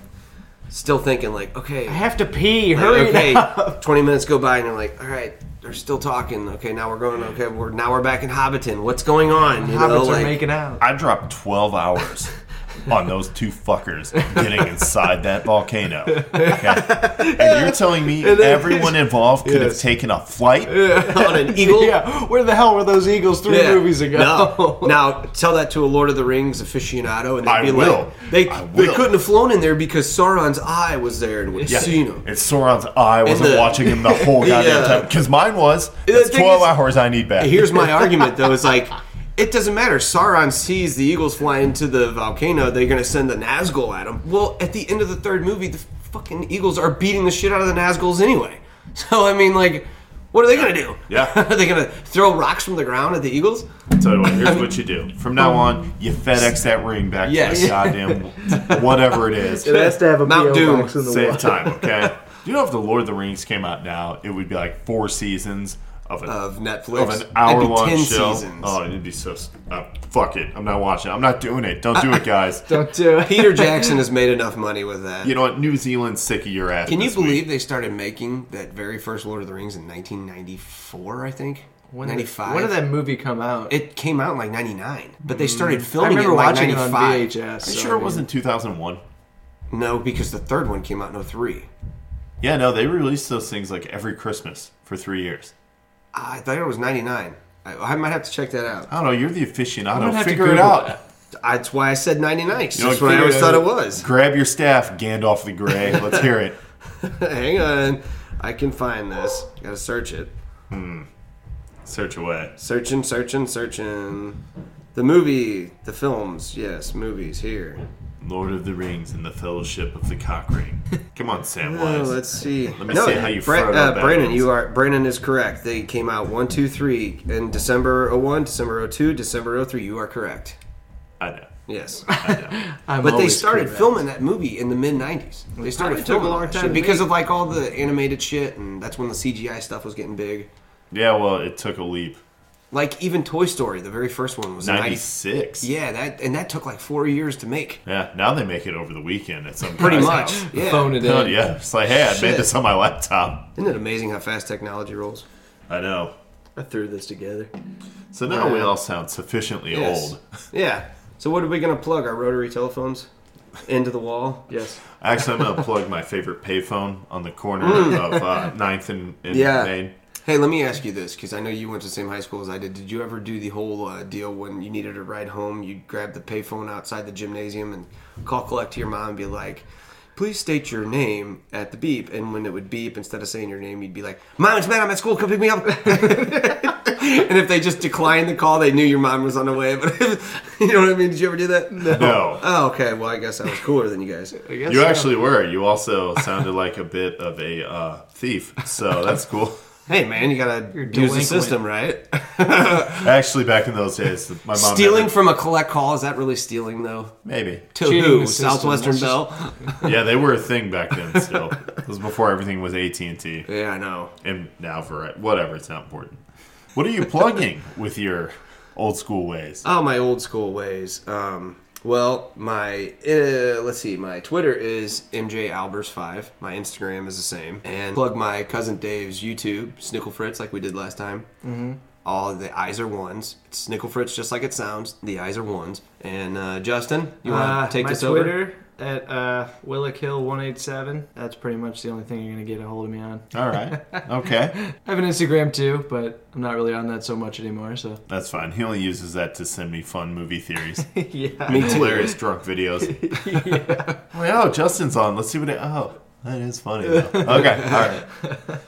S7: still thinking, like, "Okay,
S6: I have to pee.
S7: like,
S6: Hurry
S7: okay."
S6: up.
S7: Twenty minutes go by, and you're like, "All right, they're still talking. Okay, now we're going. Okay, we're now we're back in Hobbiton. What's going on?" You know,
S6: Hobbits are
S7: like-
S6: making out.
S1: I dropped 12 hours on those two fuckers getting inside that volcano. Okay? And you're telling me everyone involved could have taken a flight?
S7: on an eagle.
S6: Yeah, where the hell were those Eagles three
S7: Yeah.
S6: movies ago?
S7: No. Now tell that to a Lord of the Rings aficionado, and they'd
S1: I
S7: be
S1: will.
S7: like, they
S1: I
S7: they
S1: will.
S7: couldn't have flown in there because Sauron's eye was there and would
S1: Yeah.
S7: have seen him.
S1: It's Sauron's eye. I wasn't
S7: the-
S1: watching him the whole goddamn
S7: Yeah.
S1: time. Because mine was.
S7: The
S1: It's
S7: thing
S1: 12
S7: is-
S1: hours I need back.
S7: Here's my argument though: is like. It doesn't matter. Sauron sees the eagles fly into the volcano. They're going to send the Nazgul at him. Well, at the end of the third movie, the fucking eagles are beating the shit out of the Nazguls anyway. So, I mean, like, what are they going to do?
S1: Yeah.
S7: are they going to throw rocks from the ground at the eagles?
S1: So anyway, here's what you do. From now on, you FedEx that ring back
S7: Yes.
S1: to the goddamn whatever it is.
S6: It has to have a
S7: Mount
S6: PO
S7: Doom.
S6: box in the
S1: Save
S6: wall.
S1: time, okay? Do you know if the Lord of the Rings came out now, it would be like four seasons of a
S6: Uh,
S7: Of Netflix.
S1: of an hour
S7: That'd be
S1: long
S7: 10
S1: show.
S7: seasons.
S1: Oh, it'd be so. s- Uh, fuck it. I'm not watching. it. I'm not doing it. Don't do it, guys.
S6: Don't do it.
S7: Peter Jackson has made enough money with that.
S1: you know what? New Zealand's sick of your ass.
S7: Can you
S1: this week.
S7: believe they started making that very first Lord of the Rings in 1994? I think
S6: When did-
S7: 95.
S6: When did that movie come out?
S7: It came out in like 99, but they started
S6: I
S7: filming it
S6: remember
S7: in like
S6: watching it on
S7: 95.
S6: VHS.
S1: Are you
S6: so
S1: sure
S6: I
S1: it
S6: mean-
S1: wasn't 2001?
S7: No, because the third one came out in 03.
S1: Yeah, no, they released those things like every Christmas for three years.
S7: Ah, I thought it was 99. I, I might have to check that out.
S1: I don't know. You're the
S6: gonna
S1: aficionado.
S6: have to
S1: Figure it
S6: Google
S1: out.
S6: that.
S7: That's why I said 99. 'cause
S1: You know,
S7: that's what I
S1: figure
S7: always
S1: it
S7: thought
S1: out.
S7: it was.
S1: Grab your staff, Gandalf the Grey. Let's hear it.
S7: Hang on. I can find this. Gotta search it.
S1: Search away.
S7: Searching, searching, searching. The movie, the films, yes, movies here.
S1: Lord of the Rings and the Fellowship of the Cockring. Come on,
S7: Oh,
S1: Samwise.
S7: let's see. Let
S1: me see how you Frodo
S7: uh,
S1: battles.
S7: Brandon, you are Brandon is correct. They came out one, two, three in December 01, December 02, December 03. You are correct.
S1: I know.
S7: Yes,
S6: I'm
S7: but they
S6: always
S7: started
S6: correct.
S7: filming that movie in the mid '90s. They started
S6: probably took
S7: filming all
S6: a long
S7: that
S6: time
S7: shit
S6: to
S7: because
S6: make.
S7: of like all the animated shit, and that's when the CGI stuff was getting big.
S1: Yeah, well, it took a leap.
S7: Like even Toy Story, the very first one was 96.
S1: 96.
S7: yeah, that and that took like four years to make.
S1: Yeah, now they make it over the weekend at some
S7: Pretty
S1: guy's
S7: much.
S1: house.
S7: Yeah.
S6: Phone it
S1: Oh,
S6: in.
S1: yeah, it's like, hey, I made
S7: Shit.
S1: this on my laptop.
S7: Isn't it amazing how fast technology rolls?
S1: I know.
S6: I threw this together.
S1: So now we
S7: Yeah.
S1: all sound sufficiently
S7: Yes.
S1: old.
S7: Yeah. So what are we gonna plug? Our rotary telephones into the wall?
S6: Yes.
S1: Actually, I'm going to plug my favorite payphone on the corner of uh, 9th and, and
S7: Mm. Yeah.
S1: Main.
S7: Hey, let me ask you this because I know you went to the same high school as I did. Did you ever do the whole uh, deal when you needed a ride home? You'd grab the payphone outside the gymnasium and call collect to your mom and be like, please state your name at the beep. And when it would beep, instead of saying your name, you'd be like, Mom, it's Matt. I'm at school. Come pick me up. and if they just declined the call, they knew your mom was on the way. But you know what I mean? Did you ever do that? No.
S1: No.
S7: Oh, okay. Well, I guess I was cooler than you guys.
S6: I guess
S1: You
S6: so.
S1: actually were. You also sounded like a bit of a uh, thief, so that's cool.
S7: Hey, man, you gotta
S6: You're
S7: use the
S6: delinquent.
S7: system, right?
S1: Actually, back in those days, my mom
S7: stealing
S1: never-
S7: from a collect call is that really stealing though?
S1: maybe.
S7: To
S6: Cheating
S7: who?
S6: the system.
S7: Southwestern
S6: That's
S7: Bell.
S6: just-
S1: Yeah, they were a thing back then. Still, it was before everything was AT and T,
S7: Yeah, I know.
S1: and now for whatever. It's not important. What are you plugging with your old school ways?
S7: Oh, my old school ways. Um, well, my uh, let's see, my Twitter is MJ Albers five. My Instagram is the same, and plug my cousin Dave's YouTube Snickle Fritz like we did last time. Mm-hmm. All the eyes are ones. It's Snickle Fritz just like it sounds. The eyes are ones. And uh, Justin, you
S6: Uh,
S7: want to take
S6: my
S7: this over?
S6: Twitter at uh, Willick Hill one eight seven. That's pretty much the only thing you're gonna get a hold of me on.
S1: All right, okay,
S6: I have an Instagram too, but I'm not really on that so much anymore. So
S1: that's fine. He only uses that to send me fun movie theories,
S6: yeah,
S1: and hilarious drunk videos. I'm like, oh, Justin's on. Let's see what. It, oh, that is funny. Though. Okay, all right.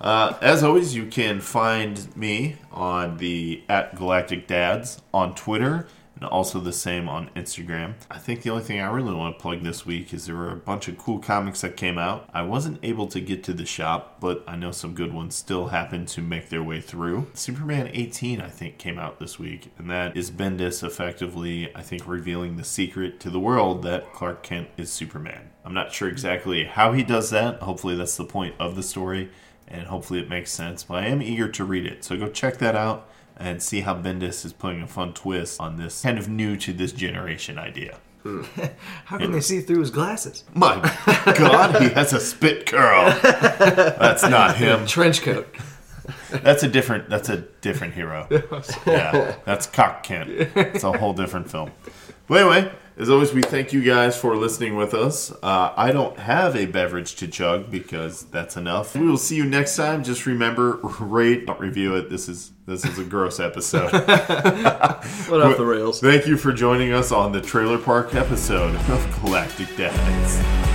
S1: Uh, as always, you can find me on the at Galactic Dads on Twitter and also the same on Instagram. I think the only thing I really want to plug this week is there were a bunch of cool comics that came out. I wasn't able to get to the shop, but I know some good ones still happened to make their way through. Superman 18, I think, came out this week, and that is Bendis effectively, I think, revealing the secret to the world that Clark Kent is Superman. I'm not sure exactly how he does that. Hopefully, that's the point of the story and hopefully it makes sense. But I am eager to read it, so go check that out and see how Bendis is putting a fun twist on this kind of new to this generation idea.
S6: how can they see through his glasses?
S1: My God, he has a spit curl. That's not him.
S6: Trench coat.
S1: That's a different. That's a different hero. Yeah, that's Cock Kent. It's a whole different film. But anyway, as always, we thank you guys for listening with us. Uh, I don't have a beverage to chug because that's enough. We will see you next time. Just remember, rate, don't review it. This is this is a gross episode.
S6: What off the rails?
S1: Thank you for joining us on the Trailer Park episode of Galactic Dads.